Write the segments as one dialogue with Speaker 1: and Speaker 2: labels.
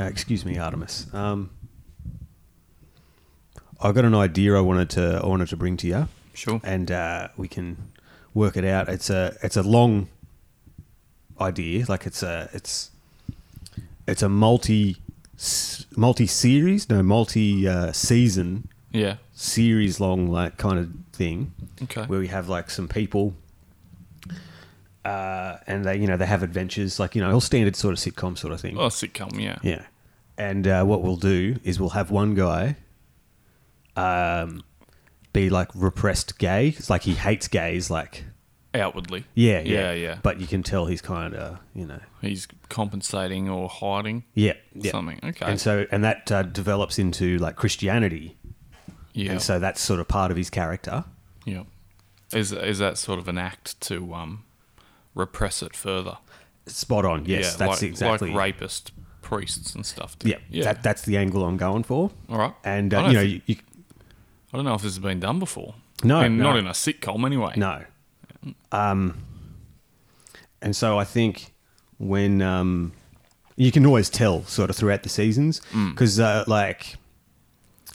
Speaker 1: Uh, excuse me, Artemis. Um, I got an idea I wanted to I wanted to bring to you,
Speaker 2: Sure.
Speaker 1: and uh, we can work it out. It's a it's a long idea. Like it's a it's it's a multi multi series, no multi uh, season
Speaker 2: Yeah.
Speaker 1: series long like kind of thing
Speaker 2: Okay.
Speaker 1: where we have like some people uh, and they you know they have adventures like you know all standard sort of sitcom sort of thing
Speaker 2: Oh, sitcom. Yeah.
Speaker 1: yeah and uh, what we'll do is we'll have one guy um, be like repressed gay it's like he hates gays like
Speaker 2: Outwardly.
Speaker 1: yeah yeah
Speaker 2: Yeah. yeah.
Speaker 1: but you can tell he's kind of you know
Speaker 2: he's compensating or hiding
Speaker 1: yeah, yeah.
Speaker 2: something. Okay.
Speaker 1: and so and that uh, develops into like christianity
Speaker 2: yeah.
Speaker 1: and so that's sort of part of his character
Speaker 2: yeah. Is is that sort of an act to um, repress it further?
Speaker 1: spot on yes that's
Speaker 2: like,
Speaker 1: exactly
Speaker 2: like rapist priests and stuff. do.
Speaker 1: Yeah, That, that's the angle I'm going for.
Speaker 2: All right.
Speaker 1: And
Speaker 2: I
Speaker 1: uh,
Speaker 2: don't
Speaker 1: you know,
Speaker 2: thi-
Speaker 1: you, you,
Speaker 2: I don't know if this has been done before.
Speaker 1: No,
Speaker 2: I mean,
Speaker 1: no.
Speaker 2: not in a sitcom anyway.
Speaker 1: no. Um, and so I think when um, you can always tell sort of throughout the seasons
Speaker 2: Mm.
Speaker 1: because uh, like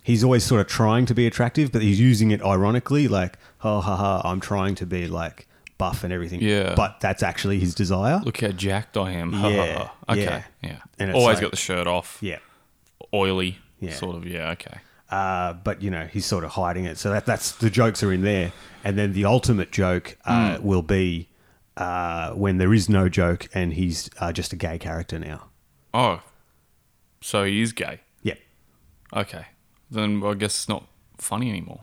Speaker 1: he's always sort of trying to be attractive, but he's using it ironically, like ha ha ha, I'm trying to be like buff and everything.
Speaker 2: Yeah.
Speaker 1: but that's actually his desire.
Speaker 2: Look how jacked I am.
Speaker 1: Yeah,
Speaker 2: okay.
Speaker 1: yeah.
Speaker 2: Yeah.
Speaker 1: And it's
Speaker 2: Always
Speaker 1: like-
Speaker 2: got the shirt off.
Speaker 1: yeah.
Speaker 2: Oily.
Speaker 1: Yeah.
Speaker 2: Sort of. Yeah. Okay.
Speaker 1: uh, but you know he's sort of hiding it. So that that's the jokes are in there, and then the ultimate joke uh,
Speaker 2: Hmm.
Speaker 1: will be uh, when there is no joke and he's uh, just a gay character now.
Speaker 2: Oh. So he is gay.
Speaker 1: Yeah,
Speaker 2: Okay. Then well, I guess it's not funny anymore.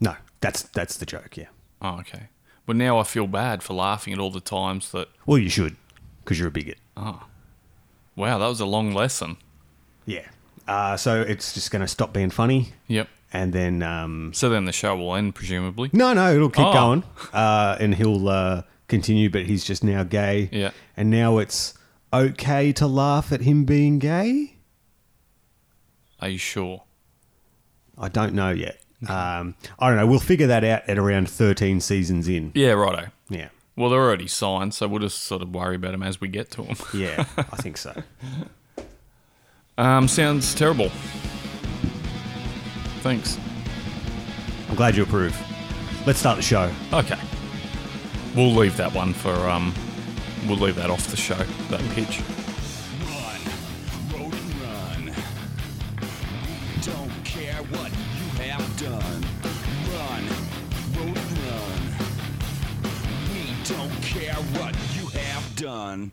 Speaker 1: no, that's that's the joke. Yeah,
Speaker 2: Oh, okay. But now I feel bad for laughing at all the times that,
Speaker 1: well you should because you're a bigot.
Speaker 2: wow, that was a long lesson.
Speaker 1: Yeah, uh, so it's just going to stop being funny,
Speaker 2: Yep.
Speaker 1: and then um,
Speaker 2: So then the show will end, presumably.
Speaker 1: no, no, it'll keep
Speaker 2: Oh.
Speaker 1: going, uh, and he'll uh, continue. But he's just now gay.
Speaker 2: Yeah.
Speaker 1: and now it's okay to laugh at him being gay.
Speaker 2: Are you sure?
Speaker 1: I don't know yet. Um, I don't know. We'll figure that out at around 13 seasons in.
Speaker 2: Yeah, righto.
Speaker 1: Yeah.
Speaker 2: Well, they're already signed, so we'll just sort of worry about them as we get to them.
Speaker 1: Yeah, I think so.
Speaker 2: Um, sounds terrible. Thanks.
Speaker 1: I'm glad you approve. Let's start the show.
Speaker 2: Okay. We'll leave that one for, um, we'll leave that off the show, that pitch.
Speaker 3: Run, road and run. We don't care what you have done. Run, road and run. We don't care what you have done.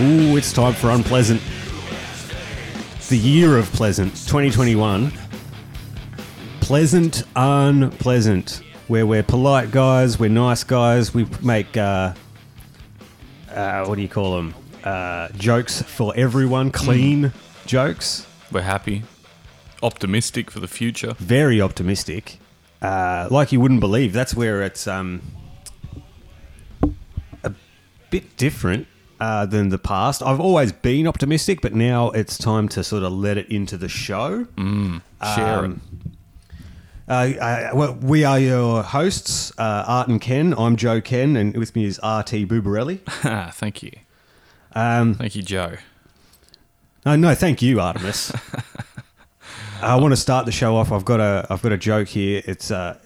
Speaker 1: Ooh, it's time for unpleasant. The year of pleasant, 2021. Pleasant, unpleasant. Where we're polite guys, we're nice guys. We make uh, uh, what do you call them? Uh, jokes for everyone, clean jokes.
Speaker 2: We're happy, optimistic for the future.
Speaker 1: very optimistic. Uh, like you wouldn't believe. That's where it's um, a bit different uh, than the past. I've always been optimistic, but now it's time to sort of let it into the show.
Speaker 2: Share
Speaker 1: Um,
Speaker 2: it.
Speaker 1: Uh, uh, well, we are your hosts, uh, Art and Ken. I'm Joe Ken, and with me is RT Bubarelli.
Speaker 2: Ah, thank you. Um, thank you, Joe.
Speaker 1: No, Oh, no, thank you, Artemis. I want to start the show off. I've got a, I've got a joke here. It's uh,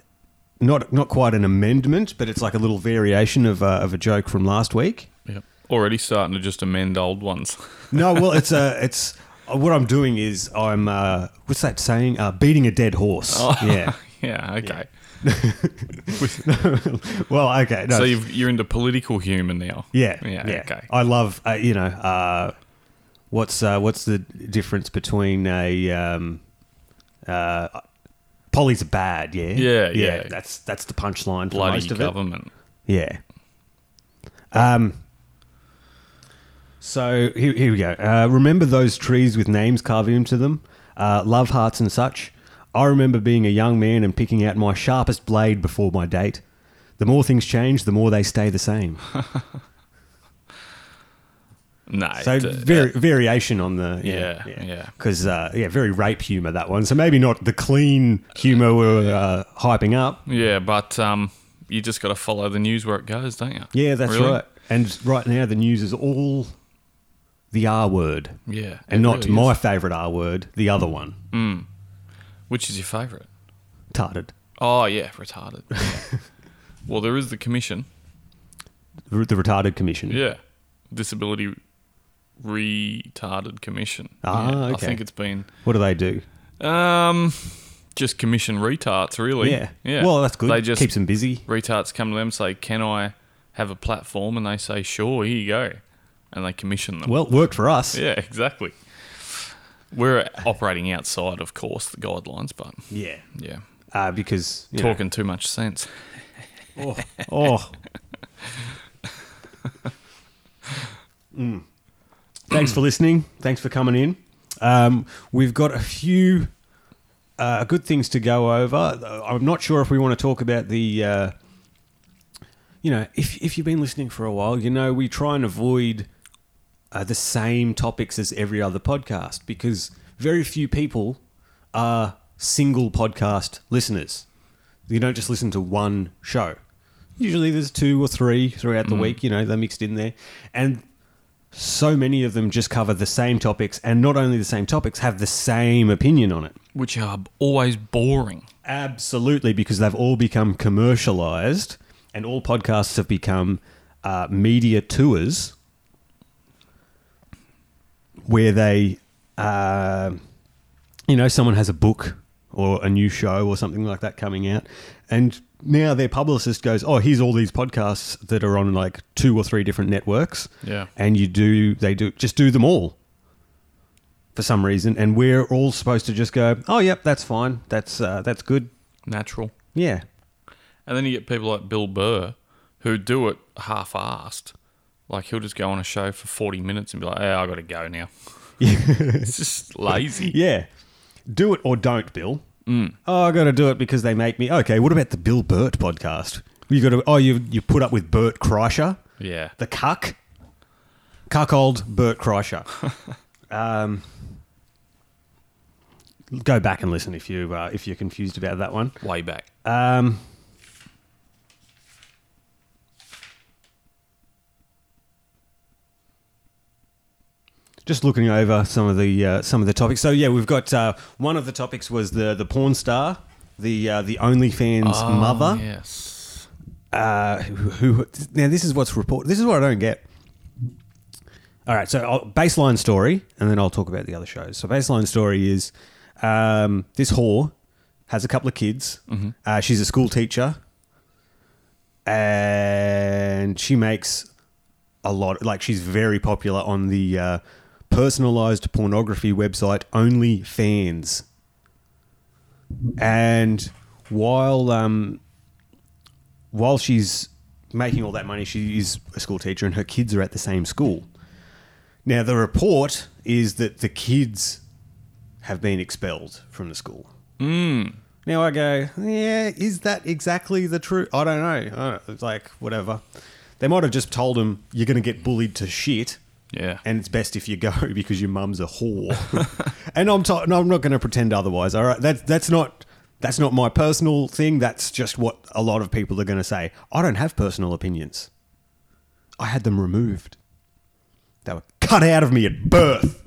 Speaker 1: not not quite an amendment, but it's like a little variation of, uh, of a joke from last week.
Speaker 2: Yep. Already starting to just amend old ones.
Speaker 1: No, well, it's a, it's uh, what I'm doing is I'm, uh, what's that saying? Uh, beating a dead horse.
Speaker 2: Oh.
Speaker 1: Yeah.
Speaker 2: yeah, okay.
Speaker 1: Well, okay. No,
Speaker 2: So you've, you're into political humour now.
Speaker 1: yeah,
Speaker 2: Yeah,
Speaker 1: yeah,
Speaker 2: okay.
Speaker 1: I love, uh, you know, uh, what's uh, what's the difference between a um, uh, Polly's bad, yeah,
Speaker 2: Yeah, yeah.
Speaker 1: That's that's the punchline for
Speaker 2: Bloody
Speaker 1: most of it.
Speaker 2: government.
Speaker 1: Yeah. Um. So here, here we go. Uh, remember those trees with names carved into them, uh, love hearts and such. I remember being a young man and picking out my sharpest blade before my date. The more things change, the more they stay the same.
Speaker 2: No,
Speaker 1: So
Speaker 2: d-
Speaker 1: vari- variation on the
Speaker 2: uh, Yeah, yeah.
Speaker 1: yeah because yeah. Uh, yeah very rape humor that one so maybe not the clean humor we're uh, hyping up
Speaker 2: yeah, but um, you just got to follow the news where it goes, don't you?
Speaker 1: yeah that's
Speaker 2: Really?
Speaker 1: right and right now the news is all the R word
Speaker 2: Yeah,
Speaker 1: and
Speaker 2: it
Speaker 1: not
Speaker 2: really
Speaker 1: my
Speaker 2: is.
Speaker 1: favorite R word the other one
Speaker 2: Which is your favourite?
Speaker 1: tarded
Speaker 2: Oh yeah, retarded. Yeah. well, there is the commission.
Speaker 1: R- the retarded commission
Speaker 2: Yeah, disability retarded commission.
Speaker 1: Ah,
Speaker 2: Yeah, I
Speaker 1: okay.
Speaker 2: think it's been
Speaker 1: what do they do
Speaker 2: um, just commission retards really.
Speaker 1: yeah
Speaker 2: yeah.
Speaker 1: well that's good
Speaker 2: They just
Speaker 1: keeps them busy
Speaker 2: retards come to them and say, "Can I have a platform?" And they say, "Sure, here you go," and they commission them.
Speaker 1: well it worked for us
Speaker 2: yeah, exactly. We're operating outside, of course, the guidelines, but
Speaker 1: yeah
Speaker 2: yeah,
Speaker 1: uh, because you know-
Speaker 2: talking too much sense.
Speaker 1: Oh. oh. Mm. Thanks for listening. Thanks for coming in. Um, we've got a few uh, good things to go over. I'm not sure if we want to talk about the. Uh, you know, if, if you've been listening for a while, you know, we try and avoid uh, the same topics as every other podcast because very few people are single podcast listeners. You don't just listen to one show. Usually there's two or three throughout the week, you know, they're mixed in there. And so many of them just cover the same topics and not only the same topics, have the same opinion on it.
Speaker 2: which are always boring.
Speaker 1: Absolutely, because they've all become commercialized, and all podcasts have become uh, media tours where they, uh, you know, someone has a book or a new show or something like that coming out, and now their publicist goes, "Oh, here's all these podcasts that are on like two or three different networks."
Speaker 2: Yeah.
Speaker 1: and you do they do just do them all for some reason, and we're all supposed to just go, "Oh, yep, that's fine. That's uh, that's good."
Speaker 2: Natural.
Speaker 1: Yeah,
Speaker 2: And then you get people like Bill Burr who do it half assed. Like he'll just go on a show for 40 minutes and be like, hey, I got to go now. it's just lazy.
Speaker 1: yeah. Do it or don't, Bill. Oh, I got to do it because they make me. Okay, what about the Bill Burt podcast? You got to. Oh, you you put up with Burt Kreischer,
Speaker 2: Yeah.
Speaker 1: the cuck, cuckold Burt Kreischer. um, go back and listen if you uh, if you're confused about that one.
Speaker 2: Way back.
Speaker 1: Um, just looking over some of the uh, some of the topics. So yeah, we've got uh, one of the topics was the the porn star, the uh, the OnlyFans
Speaker 2: Oh,
Speaker 1: mother.
Speaker 2: Yes.
Speaker 1: Uh, who, who now this is what's report. This is what I don't get. All right, so I'll, baseline story, and then I'll talk about the other shows. So baseline story is um, this whore has a couple of kids. Uh, she's a school teacher, and she makes a lot. Like she's very popular on the uh, personalized pornography website OnlyFans. And while um, while she's making all that money, she is a school teacher and her kids are at the same school. Now, the report is that the kids have been expelled from the school. Now I go, yeah, is that exactly the truth? I don't know. I don't- it's like, whatever. They might have just told him, you're going to get bullied to shit
Speaker 2: Yeah.
Speaker 1: and it's best if you go because your mum's a whore. and I'm t- no, I'm not going to pretend otherwise. All right, that's that's not that's not my personal thing. That's just what a lot of people are going to say. I don't have personal opinions. I had them removed. They were cut out of me at birth.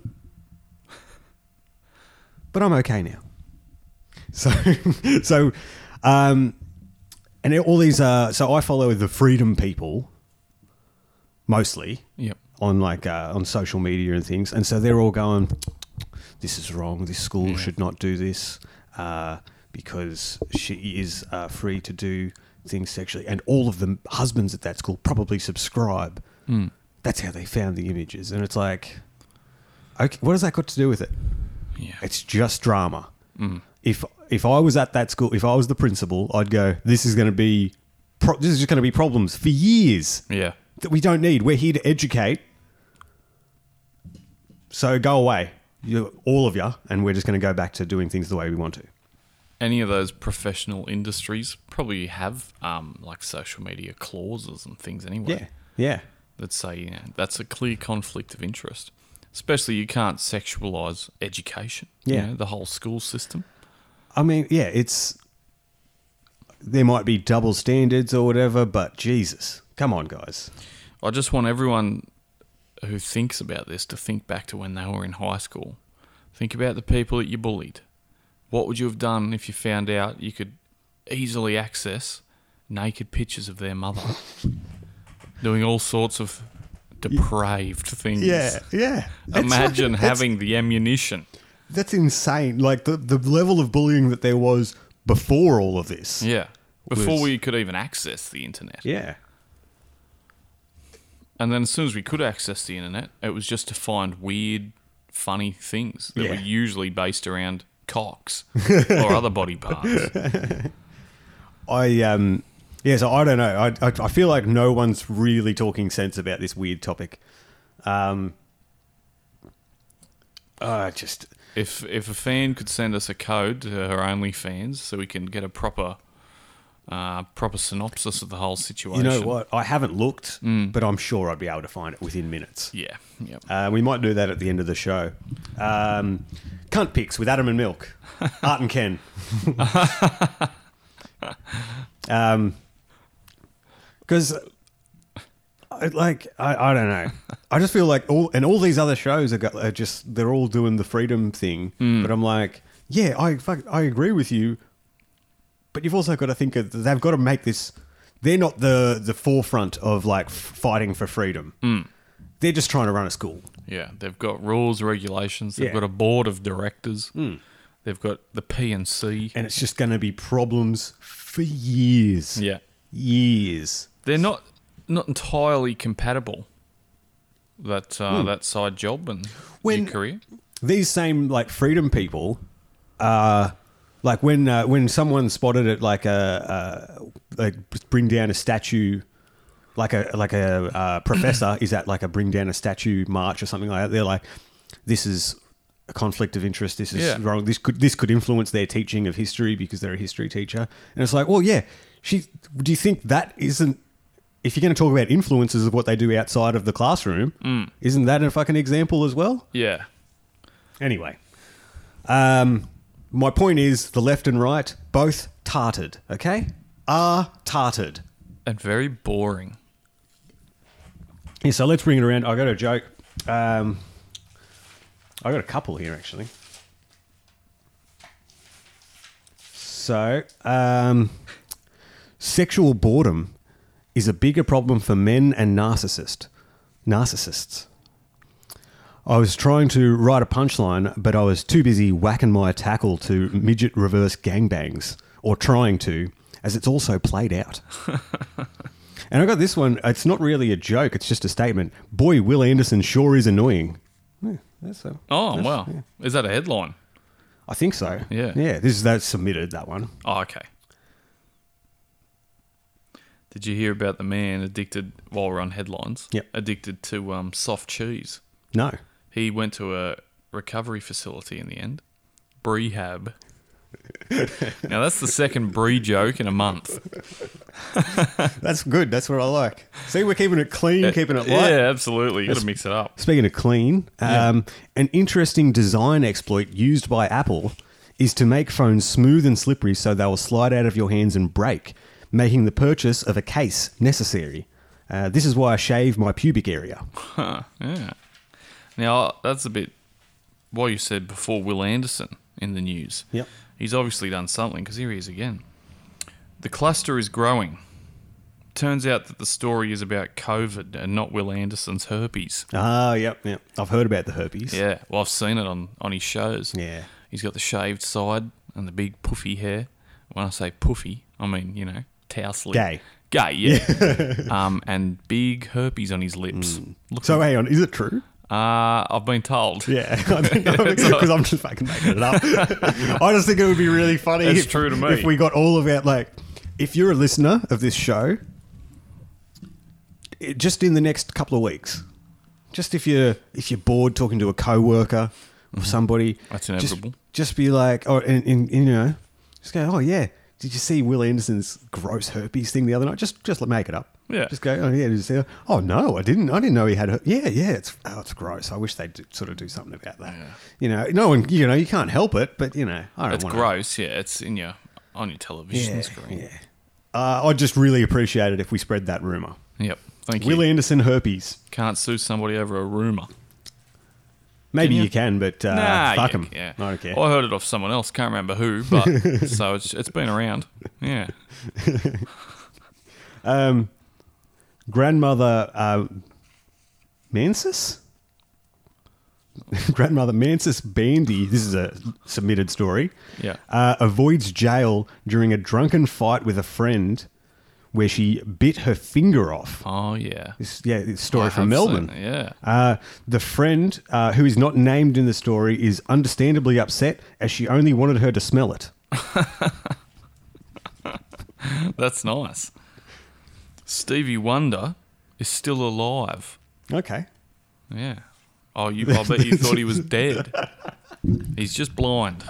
Speaker 1: But I'm okay now. So so um and all these uh so I follow the freedom people mostly
Speaker 2: yep.
Speaker 1: on like uh, on social media and things, and so they're all going, "This is wrong. This school should not do this uh, because she is uh, free to do things sexually." And all of the husbands at that school probably subscribe. That's how they found the images, and it's like, okay, what has that got to do with it?
Speaker 2: Yeah.
Speaker 1: It's just drama. If if I was at that school, if I was the principal, I'd go, "This is going to be." Pro- this is just going to be problems for years
Speaker 2: yeah.
Speaker 1: that we don't need. We're here to educate. So go away, you, all of you, and we're just going to go back to doing things the way we want to.
Speaker 2: Any of those professional industries probably have um, like social media clauses and things anyway.
Speaker 1: Yeah.
Speaker 2: that say you know, that's a clear conflict of interest. Especially, you can't sexualize education. you
Speaker 1: Yeah.
Speaker 2: know, the whole school system.
Speaker 1: I mean, yeah, it's there might be double standards or whatever, but Jesus, come on, guys.
Speaker 2: I just want everyone who thinks about this to think back to when they were in high school. Think about the people that you bullied. What would you have done if you found out you could easily access naked pictures of their mother doing all sorts of depraved things?
Speaker 1: Yeah, yeah. It's
Speaker 2: Imagine
Speaker 1: like- it's-
Speaker 2: having the ammunition.
Speaker 1: that's insane. Like the the level of bullying that there was before all of this.
Speaker 2: Yeah. Before
Speaker 1: Was-
Speaker 2: we could even access the internet.
Speaker 1: Yeah.
Speaker 2: And then as soon as we could access the internet, it was just to find weird, funny things that
Speaker 1: Yeah.
Speaker 2: were usually based around cocks or other body parts.
Speaker 1: I um yeah, so I don't know. I, I I feel like no one's really talking sense about this weird topic. Um uh just
Speaker 2: If if a fan could send us a code to her OnlyFans so we can get a proper uh, proper synopsis of the whole
Speaker 1: you
Speaker 2: situation.
Speaker 1: know what? I haven't looked, but I'm sure I'd be able to find it within minutes.
Speaker 2: Yeah. Yep.
Speaker 1: Uh, we might do that at the end of the show. Um, cunt picks with Adam and Milk, Art and Ken. Um, Because, I like, I, I don't know. I just feel like all and all these other shows are, go- are just they're all doing the freedom thing. But I'm like, yeah, I fuck, I agree with you. But you've also got to think of they've got to make this. They're not the the forefront of like f- fighting for freedom. They're just trying to run a school.
Speaker 2: Yeah. They've got rules, regulations. They've
Speaker 1: Yeah. Hmm.
Speaker 2: got a board of directors. They've got the PNC.
Speaker 1: and it's just going to be problems for years.
Speaker 2: Yeah.
Speaker 1: Years.
Speaker 2: they're not not entirely compatible. That uh, that side job and
Speaker 1: Hmm. When-
Speaker 2: your career.
Speaker 1: These same like freedom people uh like when uh, when someone spotted it like a, a like bring down a statue like a like a uh, professor is at like a bring down a statue march or something like that they're like this is a conflict of interest this is
Speaker 2: Yeah.
Speaker 1: wrong this could this could influence their teaching of history because they're a history teacher and it's like well yeah she do you think that isn't if you're going to talk about influences of what they do outside of the classroom isn't that a fucking example as well
Speaker 2: Yeah,
Speaker 1: Anyway, um, my point is the left and right both tarted, okay? Are tarted.
Speaker 2: and very boring.
Speaker 1: Yeah, so let's bring it around. I got a joke. Um, I got a couple here actually. So, um, sexual boredom is a bigger problem for men and narcissist narcissists. I was trying to write a punchline, but I was too busy whacking my tackle to midget reverse gangbangs, or trying to, as it's also played out. And I got this one. It's not really a joke. It's just a statement. Boy, Will Anderson sure is annoying. Yeah, that's a,
Speaker 2: Oh
Speaker 1: that's-
Speaker 2: wow,
Speaker 1: yeah.
Speaker 2: is that a headline?
Speaker 1: I think so.
Speaker 2: Yeah.
Speaker 1: yeah. This is that's submitted that one.
Speaker 2: Oh okay. Did you hear about the man addicted while we're on headlines?
Speaker 1: Yep.
Speaker 2: Addicted to um, soft cheese.
Speaker 1: No,
Speaker 2: He went to a recovery facility in the end. Brehab. now that's the second Bree joke in a month.
Speaker 1: that's good. That's what I like. See, we're keeping it clean, keeping it light.
Speaker 2: Yeah, absolutely. You got to mix it up.
Speaker 1: Speaking of clean, um, an interesting design exploit used by Apple is to make phones smooth and slippery so they will slide out of your hands and break, making the purchase of a case necessary. Uh, this is why I shave my pubic area.
Speaker 2: Huh, yeah. Now that's a bit what you said before. Will Anderson in the news.
Speaker 1: Yep.
Speaker 2: He's obviously done something because here he is again. The cluster is growing. Turns out that the story is about COVID and not Will Anderson's herpes.
Speaker 1: Ah, yep, yep. I've heard about the herpes.
Speaker 2: Yeah. Well, I've seen it on on his shows.
Speaker 1: Yeah.
Speaker 2: He's got the shaved side and the big puffy hair. When I say puffy, I mean you know tously.
Speaker 1: Gay.
Speaker 2: Gay. Yeah. um, and big herpes on his lips. Look
Speaker 1: So hang on, is it true?
Speaker 2: Uh, I've been told.
Speaker 1: Yeah, because I'm just fucking making it up. I just think it would be really funny.
Speaker 2: That's
Speaker 1: if,
Speaker 2: true to me.
Speaker 1: If we got all of our like, if you're a listener of this show, it- just in the next couple of weeks, just if you're if you're bored talking to a coworker or somebody,
Speaker 2: Mm-hmm. That's
Speaker 1: just-
Speaker 2: inevitable.
Speaker 1: Just, be like, oh, and, and, and, you know, just go, oh yeah, Did you see Will Anderson's gross herpes thing the other night? Just just make it up.
Speaker 2: Yeah.
Speaker 1: Just go. Oh yeah. Did you see that? Oh no, I didn't. I didn't know he had. Her- yeah, yeah. It's oh, it's gross. I wish they'd do, sort of do something about that. You know, no one. You know, you can't help it, but you know, I don't.
Speaker 2: It's
Speaker 1: wanna-
Speaker 2: gross. Yeah, it's in your on your television
Speaker 1: Yeah,
Speaker 2: screen.
Speaker 1: yeah. Uh, I'd just really appreciate it if we spread that rumor.
Speaker 2: Yep. Thank
Speaker 1: Will
Speaker 2: you.
Speaker 1: Anderson herpes.
Speaker 2: Can't sue somebody over a rumor.
Speaker 1: Maybe
Speaker 2: Can you?
Speaker 1: you can, but uh,
Speaker 2: nah,
Speaker 1: fuck
Speaker 2: yeah,
Speaker 1: him.
Speaker 2: Yeah.
Speaker 1: I don't care.
Speaker 2: I heard it off someone else. Can't remember who, but so it's it's been around. Yeah.
Speaker 1: grandmother uh, Mansis? grandmother Mansis Bandy, this is a submitted story,
Speaker 2: Yeah.
Speaker 1: uh, avoids jail during a drunken fight with a friend where she bit her finger off.
Speaker 2: Oh yeah.
Speaker 1: This, yeah, this story
Speaker 2: I
Speaker 1: from
Speaker 2: have seen
Speaker 1: Melbourne.
Speaker 2: it, yeah.
Speaker 1: Uh, the friend, uh, who is not named in the story, is understandably upset as she only wanted her to smell it.
Speaker 2: That's nice. Stevie Wonder is still alive.
Speaker 1: Okay.
Speaker 2: Yeah. Oh, you, I bet you thought he was dead. He's just blind.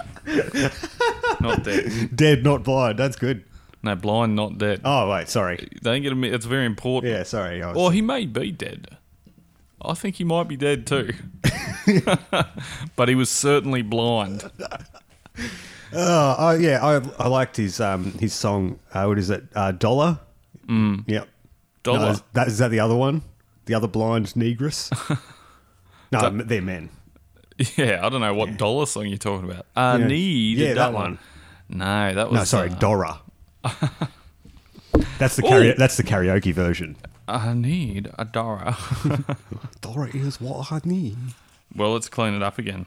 Speaker 2: Not dead.
Speaker 1: Dead, not blind. That's good.
Speaker 2: No, blind, not dead.
Speaker 1: Oh, wait, sorry.
Speaker 2: They ain't gonna. mi- It's very important.
Speaker 1: Yeah, sorry. I was-
Speaker 2: Uh, Or he may be dead. I think he might be dead too. but he was certainly blind.
Speaker 1: Oh yeah, I, I liked his um his song. Uh, what is it? Uh, Dollar. Mm. Yep.
Speaker 2: Dollar.
Speaker 1: No, is, that, is that the other one? The other blind negress. no, they're men.
Speaker 2: Yeah, I don't know what dollar song you're talking about. I
Speaker 1: Yeah.
Speaker 2: need
Speaker 1: Yeah,
Speaker 2: that,
Speaker 1: that
Speaker 2: one. No, that was
Speaker 1: No, sorry,
Speaker 2: uh,
Speaker 1: Dora. that's the
Speaker 2: Ooh.
Speaker 1: karaoke, that's the karaoke version.
Speaker 2: I need a dollar.
Speaker 1: Dora is what I need.
Speaker 2: Well, let's clean it up again.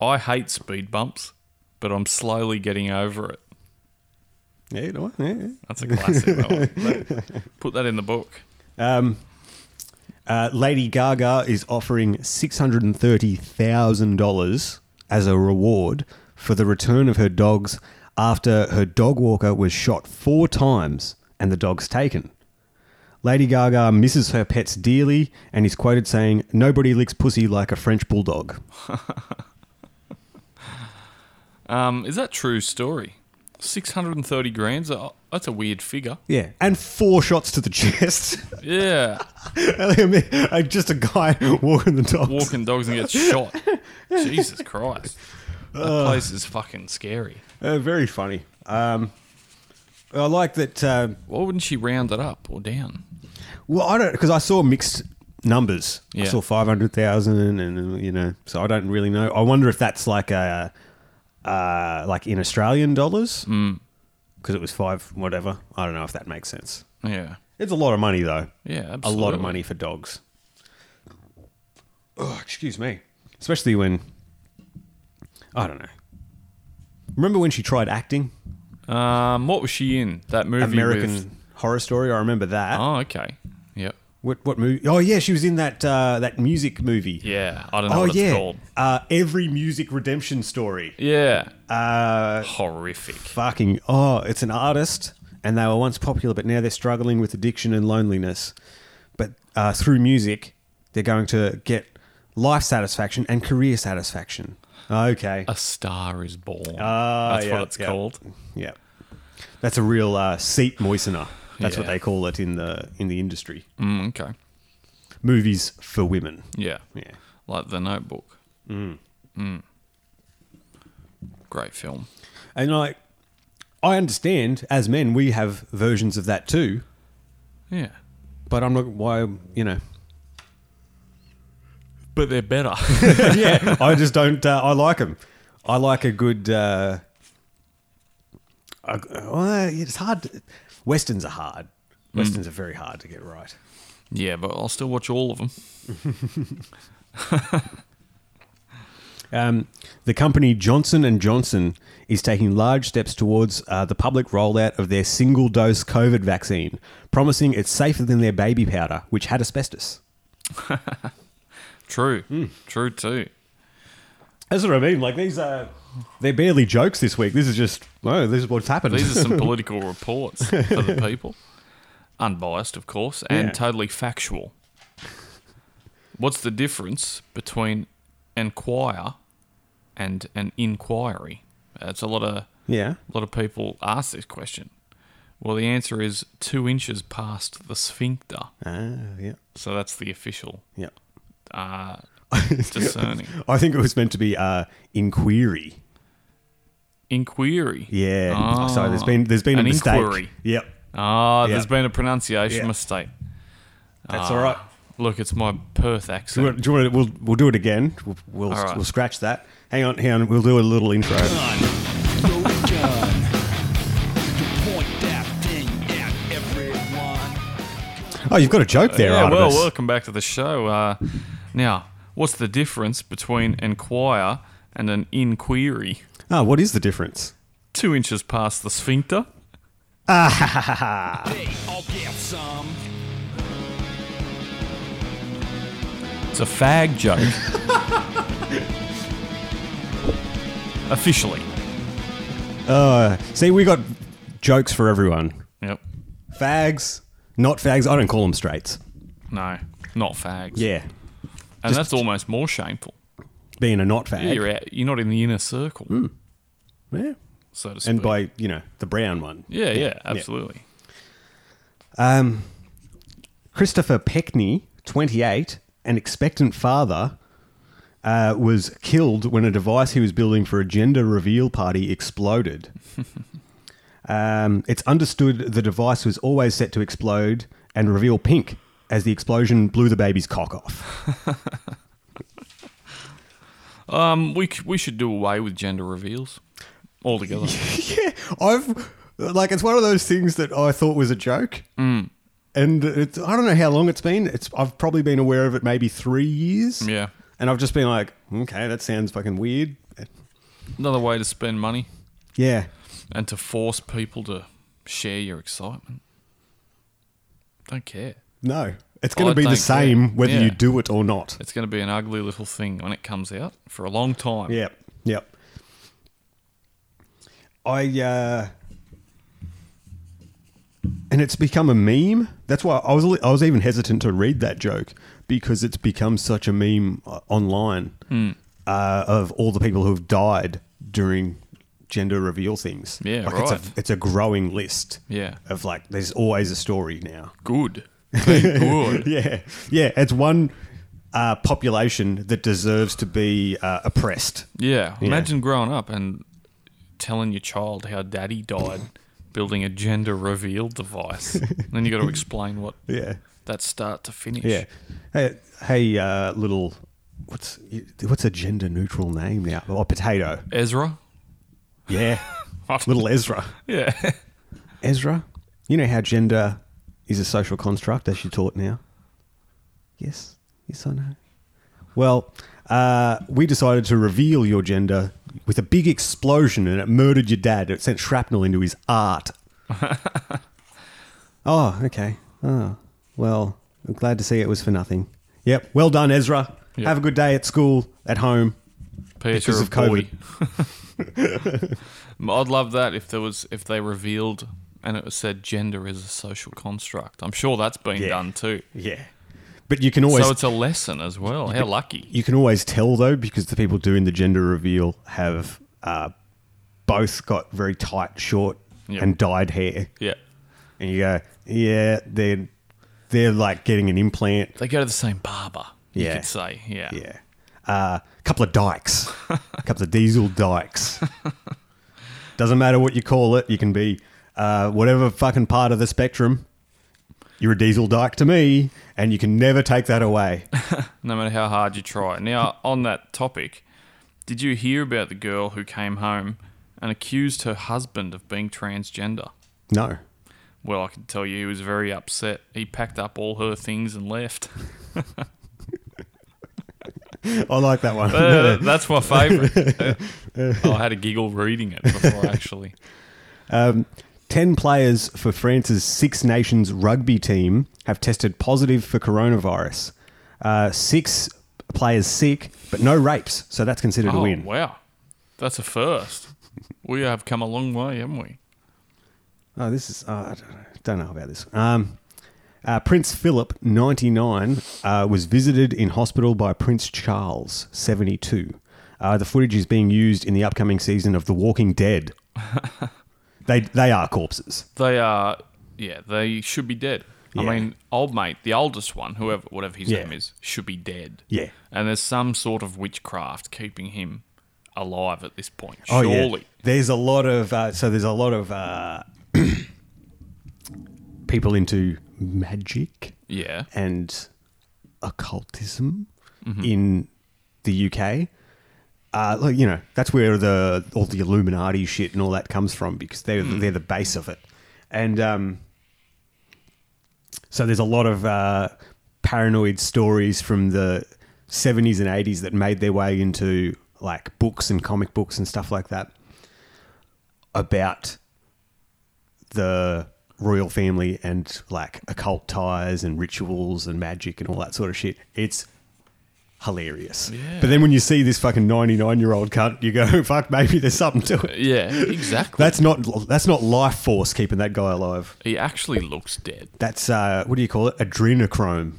Speaker 2: I hate speed bumps, but I'm slowly getting over it.
Speaker 1: Yeah, you know what? Yeah, yeah.
Speaker 2: That's a classic. that one. Put that in the book.
Speaker 1: Uh, Lady Gaga is offering six hundred and thirty thousand dollars as a reward for the return of her dogs after her dog walker was shot four times and the dogs taken. Lady Gaga misses her pets dearly and is quoted saying, "Nobody licks pussy like a French bulldog."
Speaker 2: Um, is that true story? Six hundred and thirty grams. Oh, That's a weird figure.
Speaker 1: Yeah, and four shots to the chest.
Speaker 2: Yeah,
Speaker 1: I mean, uh, Just a guy walking the dogs.
Speaker 2: walking dogs and gets shot. Jesus Christ, that place is fucking scary.
Speaker 1: Uh, very funny. Um, I like that. um
Speaker 2: Why wouldn't she round it up or down?
Speaker 1: Well, I don't because I saw mixed numbers. I
Speaker 2: Yeah.
Speaker 1: saw five hundred thousand, and uh, you know, so I don't really know. I wonder if that's like a uh, like in Australian dollars
Speaker 2: Mm.
Speaker 1: because it was five whatever. I don't know if that makes sense.
Speaker 2: Yeah,
Speaker 1: It's a lot of money though.
Speaker 2: yeah,
Speaker 1: a
Speaker 2: absolutely.
Speaker 1: lot of money for dogs. Oh, excuse me. Especially when I don't know. Remember when she tried acting?
Speaker 2: Um, what was she in that movie?
Speaker 1: American
Speaker 2: With...
Speaker 1: Horror Story. I remember that.
Speaker 2: Oh, okay. Yep.
Speaker 1: What what movie? Oh yeah, she was in that uh, that music movie.
Speaker 2: Yeah, I don't know
Speaker 1: Oh
Speaker 2: what it's
Speaker 1: yeah,
Speaker 2: called.
Speaker 1: uh, every music redemption story.
Speaker 2: Yeah.
Speaker 1: Uh,
Speaker 2: Horrific.
Speaker 1: fucking oh, it's an artist, and they were once popular, but now they're struggling with addiction and loneliness. But uh, through music, they're going to get life satisfaction and career satisfaction. Okay,
Speaker 2: A Star is Born.
Speaker 1: Ah,
Speaker 2: That's
Speaker 1: yeah,
Speaker 2: what it's
Speaker 1: yeah.
Speaker 2: called.
Speaker 1: yeah, that's a real uh, seat moistener. That's what
Speaker 2: Yeah.
Speaker 1: they call it in the in the industry.
Speaker 2: Mm, okay.
Speaker 1: Movies for women.
Speaker 2: Yeah.
Speaker 1: Yeah.
Speaker 2: Like The Notebook. Mm. Great film.
Speaker 1: And like, I understand as men we have versions of that too,
Speaker 2: Yeah.
Speaker 1: but I'm not why you know.
Speaker 2: But they're better.
Speaker 1: yeah, I just don't. Uh, I like them. I like a good. Uh, a- well, it's hard. To, westerns are hard. Westerns are very hard to get right.
Speaker 2: yeah, but I'll still watch all of them.
Speaker 1: Um, the company Johnson and Johnson is taking large steps towards uh, the public rollout of their single-dose COVID vaccine, promising it's safer than their baby powder, which had asbestos.
Speaker 2: True.
Speaker 1: Hmm.
Speaker 2: True, too.
Speaker 1: That's what I mean. Like these are they're barely jokes this week. This is just oh, this is what's happened.
Speaker 2: These are some political reports for the people. Unbiased, of course, and
Speaker 1: Yeah.
Speaker 2: totally factual. What's the difference between inquire and an inquiry? That's a lot of
Speaker 1: Yeah.
Speaker 2: A lot of people ask this question. Well, the answer is two inches past the sphincter.
Speaker 1: Ah, yeah.
Speaker 2: So that's the official
Speaker 1: Yeah.
Speaker 2: uh, discerning
Speaker 1: I think it was meant to be uh, inquiry.
Speaker 2: inquiry.
Speaker 1: Yeah.
Speaker 2: Ah,
Speaker 1: so there's been there's been
Speaker 2: an
Speaker 1: a mistake.
Speaker 2: inquiry.
Speaker 1: Yep.
Speaker 2: Ah,
Speaker 1: Yeah.
Speaker 2: there's been a pronunciation
Speaker 1: Yeah.
Speaker 2: mistake.
Speaker 1: That's
Speaker 2: Ah,
Speaker 1: all right.
Speaker 2: Look, it's my Perth
Speaker 1: Do you want,
Speaker 2: accent.
Speaker 1: do you want to, we'll we'll do it again. We'll we'll,
Speaker 2: All right.
Speaker 1: we'll scratch that. Hang on, hang on. We'll do a little intro.
Speaker 3: gun. Load a gun. You point that thing at everyone.
Speaker 1: Oh, you've got a joke there,
Speaker 2: yeah, well,
Speaker 1: Artemis.
Speaker 2: welcome back to the show. Uh, now, what's the difference between inquire and an inquiry?
Speaker 1: Ah, what is the difference?
Speaker 2: Two inches past the sphincter.
Speaker 3: They all get some.
Speaker 2: It's a fag joke. Officially.
Speaker 1: See, we got jokes for everyone.
Speaker 2: Yep.
Speaker 1: Fags, not fags. I don't call them straights.
Speaker 2: No, not fags.
Speaker 1: Yeah,
Speaker 2: and that's almost more shameful.
Speaker 1: being a not fag.
Speaker 2: You're out, you're not in the inner circle,
Speaker 1: Yeah.
Speaker 2: so to speak.
Speaker 1: And by you know the brown one,
Speaker 2: yeah, yeah, absolutely.
Speaker 1: Christopher Peckney, 28, an expectant father, uh, was killed when a device he was building for a gender reveal party exploded. um, it's understood the device was always set to explode and reveal pink as the explosion blew the baby's cock off.
Speaker 2: Um, we c- we should do away with gender reveals altogether.
Speaker 1: yeah, I've like it's one of those things that I thought was a joke. And it's, I don't know how long it's been. It's I've probably been aware of it maybe three years.
Speaker 2: yeah,
Speaker 1: And I've just been like, okay, that sounds fucking weird.
Speaker 2: another way to spend money
Speaker 1: Yeah.
Speaker 2: and to force people to share your excitement. Don't care.
Speaker 1: No. It's going
Speaker 2: I
Speaker 1: to be the
Speaker 2: don't
Speaker 1: same
Speaker 2: care.
Speaker 1: whether
Speaker 2: Yeah.
Speaker 1: you do it or not.
Speaker 2: It's going to be an ugly little thing when it comes out for a long time.
Speaker 1: Yep. Yep. I, uh, and it's become a meme. That's why I was, li- I was even hesitant to read that joke because it's become such a meme uh, online
Speaker 2: Hmm.
Speaker 1: uh, of all the people who've died during gender reveal things.
Speaker 2: Yeah,
Speaker 1: like It's
Speaker 2: right.
Speaker 1: a, it's a growing list.
Speaker 2: Yeah.
Speaker 1: Of like, there's always a story now.
Speaker 2: Good. Be good.
Speaker 1: yeah, yeah. It's one uh, population that deserves to be uh, oppressed.
Speaker 2: Yeah.
Speaker 1: Yeah.
Speaker 2: Imagine growing up and telling your child how daddy died building a gender reveal device. then you got to explain what
Speaker 1: Yeah,
Speaker 2: that start to finish.
Speaker 1: yeah. Hey, hey uh, little, what's what's a gender neutral name now? Oh, potato.
Speaker 2: Ezra?
Speaker 1: Yeah, little Ezra.
Speaker 2: Yeah.
Speaker 1: Ezra. You know how gender is a social construct, as you're taught now. Yes, yes, I know. Well, uh, we decided to reveal your gender with a big explosion, and it murdered your dad. It sent shrapnel into his art. oh, okay. Oh, well, I'm glad to see it was for nothing. Yep. Well done, Ezra.
Speaker 2: Yep.
Speaker 1: Have a good day at school, at home.
Speaker 2: Peter
Speaker 1: Because
Speaker 2: of
Speaker 1: of COVID.
Speaker 2: boy. I'd love that if there was if they revealed and it was said gender is a social construct. I'm sure that's been
Speaker 1: Yeah.
Speaker 2: done too.
Speaker 1: Yeah. But you can always
Speaker 2: so it's a lesson as well. How lucky.
Speaker 1: You can always tell though because the people doing the gender reveal have uh, both got very tight, short,
Speaker 2: Yeah.
Speaker 1: and dyed hair,
Speaker 2: Yeah.
Speaker 1: and you go, yeah, they're they're like getting an implant,
Speaker 2: They go to the same barber. You
Speaker 1: Yeah.
Speaker 2: could say. Yeah.
Speaker 1: yeah, a couple of dykes, a couple of diesel dykes. Doesn't matter what you call it, you can be uh, whatever fucking part of the spectrum. You're a diesel dyke to me, and you can never take that away.
Speaker 2: no matter how hard you try. Now, on that topic, did you hear about the girl who came home and accused her husband of being transgender?
Speaker 1: No.
Speaker 2: Well, I can tell you he was very upset. He packed up all her things and left.
Speaker 1: I like that one.
Speaker 2: Uh, that's my favourite. I had a giggle reading it before, actually.
Speaker 1: Ten players for France's Six Nations rugby team have tested positive for coronavirus. Uh, six players sick, but no rapes, so that's considered a
Speaker 2: Oh,
Speaker 1: win.
Speaker 2: wow. That's a first. We have come a long way, haven't we?
Speaker 1: Oh, this is uh, I don't know, don't know about this. Um, uh, Prince Philip, ninety nine, uh, was visited in hospital by Prince Charles, seventy two. Uh, the footage is being used in the upcoming season of The Walking Dead. they they are corpses.
Speaker 2: They are, yeah, they should be dead. I
Speaker 1: Yeah.
Speaker 2: mean, old mate, the oldest one, whoever, whatever his
Speaker 1: Yeah.
Speaker 2: name is, should be dead.
Speaker 1: Yeah.
Speaker 2: And there's some sort of witchcraft keeping him alive at this point.
Speaker 1: Oh, yeah.
Speaker 2: Surely.
Speaker 1: There's a lot of uh, so there's a lot of uh, people into magic
Speaker 2: yeah.
Speaker 1: and occultism in the UK. Uh, like, you know, that's where the all the Illuminati shit and all that comes from because they're they're the base of it, and um, so there's a lot of uh, paranoid stories from the 70s and 80s that made their way into like books and comic books and stuff like that about the royal family and like occult ties and rituals and magic and all that sort of shit. It's hilarious.
Speaker 2: Yeah.
Speaker 1: But then when you see this fucking 99 year old cunt, you go, fuck, maybe there's something to it.
Speaker 2: Yeah, exactly.
Speaker 1: That's not that's not life force keeping that guy alive.
Speaker 2: he actually looks dead.
Speaker 1: That's uh, what do you call it? Adrenochrome.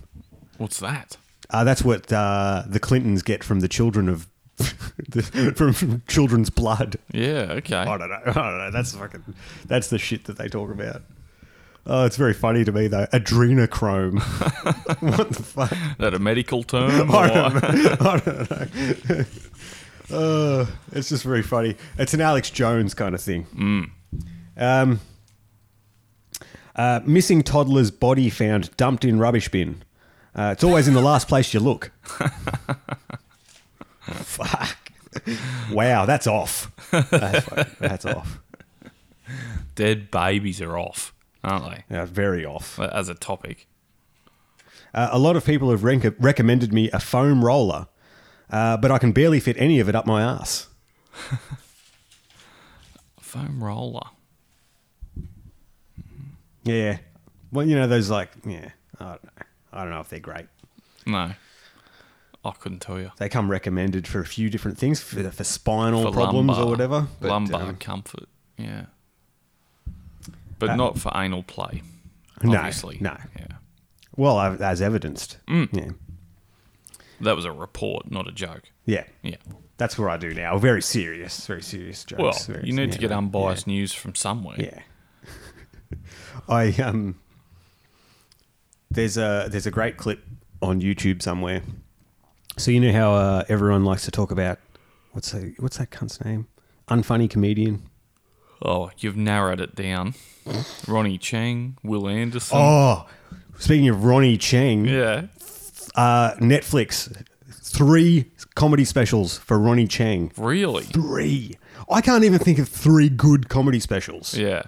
Speaker 2: What's that?
Speaker 1: Uh, that's what uh, the Clintons get from the children of the, from, from children's blood.
Speaker 2: Yeah, okay.
Speaker 1: I don't know. I don't know. That's fucking. That's the shit that they talk about. Oh, it's very funny to me though. Adrenochrome. what the fuck?
Speaker 2: Is that a medical term?
Speaker 1: I
Speaker 2: or-
Speaker 1: don't know. I don't know. Uh, it's just very funny. It's an Alex Jones kind of thing. Um, uh, missing toddler's body found dumped in rubbish bin. Uh, it's always in the last place you look. Fuck. Wow, that's off. That's, fucking- that's off.
Speaker 2: Dead babies are off, aren't they?
Speaker 1: Yeah, very off.
Speaker 2: Well, As a topic.
Speaker 1: Uh, a lot of people have rec- recommended me a foam roller, uh, but I can barely fit any of it up my ass.
Speaker 2: Foam roller.
Speaker 1: Yeah. Well, you know those like yeah. I don't know. I don't know if they're great.
Speaker 2: No. I couldn't tell you.
Speaker 1: They come recommended for a few different things for, for spinal
Speaker 2: for
Speaker 1: problems
Speaker 2: lumbar,
Speaker 1: or whatever. But,
Speaker 2: lumbar
Speaker 1: um,
Speaker 2: comfort, yeah. But
Speaker 1: Uh,
Speaker 2: not for anal play.
Speaker 1: No,
Speaker 2: obviously. Mm.
Speaker 1: no.
Speaker 2: Yeah.
Speaker 1: well, I- as evidenced. Yeah.
Speaker 2: That was a report, not a joke.
Speaker 1: Yeah.
Speaker 2: Yeah.
Speaker 1: That's what I do now. Very serious. Very serious jokes.
Speaker 2: Well,
Speaker 1: very-
Speaker 2: you need to
Speaker 1: yeah,
Speaker 2: get
Speaker 1: yeah.
Speaker 2: unbiased news from somewhere.
Speaker 1: Yeah. I um there's a there's a great clip on YouTube somewhere. So you know how uh, everyone likes to talk about what's that, what's that cunt's name? Unfunny comedian.
Speaker 2: Oh, you've narrowed it down. Ronnie Chang, Will Anderson.
Speaker 1: Oh, speaking of Ronnie Chang,
Speaker 2: Yeah.
Speaker 1: uh, Netflix three comedy specials for Ronnie Chang.
Speaker 2: Really?
Speaker 1: Three. I can't even think of three good comedy specials.
Speaker 2: Yeah.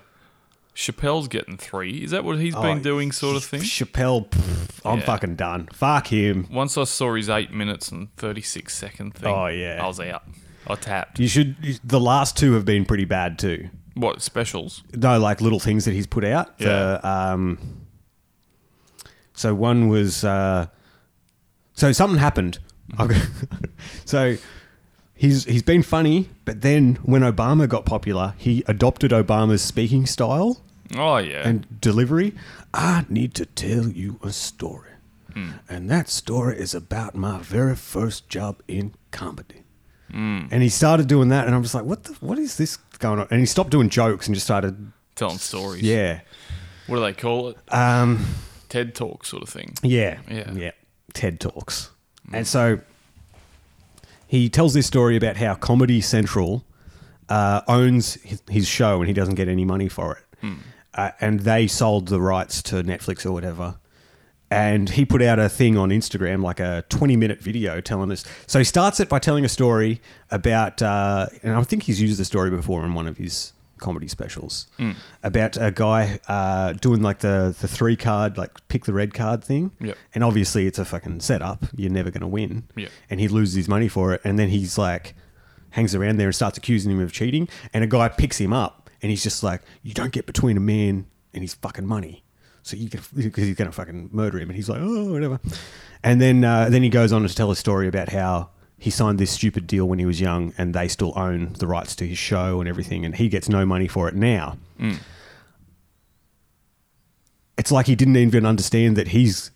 Speaker 2: Chappelle's getting three. Is that what he's
Speaker 1: Oh,
Speaker 2: been doing, sort of thing?
Speaker 1: Chappelle, pff, I'm
Speaker 2: Yeah.
Speaker 1: fucking done. Fuck him.
Speaker 2: Once I saw his eight minutes and 36 second thing,
Speaker 1: Oh, yeah.
Speaker 2: I was out. I tapped.
Speaker 1: You should. you- The last two have been pretty bad too.
Speaker 2: What, specials?
Speaker 1: No, like little things that he's put out. The, um, so one was. Uh, so something happened. I've got- so he's he's been funny, but then when Obama got popular, he adopted Obama's speaking style
Speaker 2: Oh, yeah.
Speaker 1: and delivery. I need to tell you a story, and that story is about my very first job in comedy. And he started doing that, and I'm just like, what the, what is this going on? And he stopped doing jokes and just started,
Speaker 2: Telling stories.
Speaker 1: yeah,
Speaker 2: What do they call it?
Speaker 1: um,
Speaker 2: TED Talk sort of thing.
Speaker 1: yeah,
Speaker 2: Yeah.
Speaker 1: TED talks, and so he tells this story about how Comedy Central uh, owns his, his show and he doesn't get any money for it. Uh, and they sold the rights to Netflix or whatever. And he put out a thing on Instagram, like a 20 minute video telling us. So he starts it by telling a story about, uh, and I think he's used the story before in one of his comedy specials, about a guy uh, doing like the, the three card, like pick the red card thing.
Speaker 2: Yep.
Speaker 1: And obviously it's a fucking setup. You're never going to win
Speaker 2: Yeah.
Speaker 1: and he loses his money for it. And then he's like, hangs around there and starts accusing him of cheating. And a guy picks him up, and he's just like, "You don't get between a man and his fucking money." So you because he's gonna fucking murder him, and he's like, "Oh, whatever." And then uh, then he goes on to tell a story about how he signed this stupid deal when he was young, and they still own the rights to his show and everything, and he gets no money for it now. It's like he didn't even understand that he's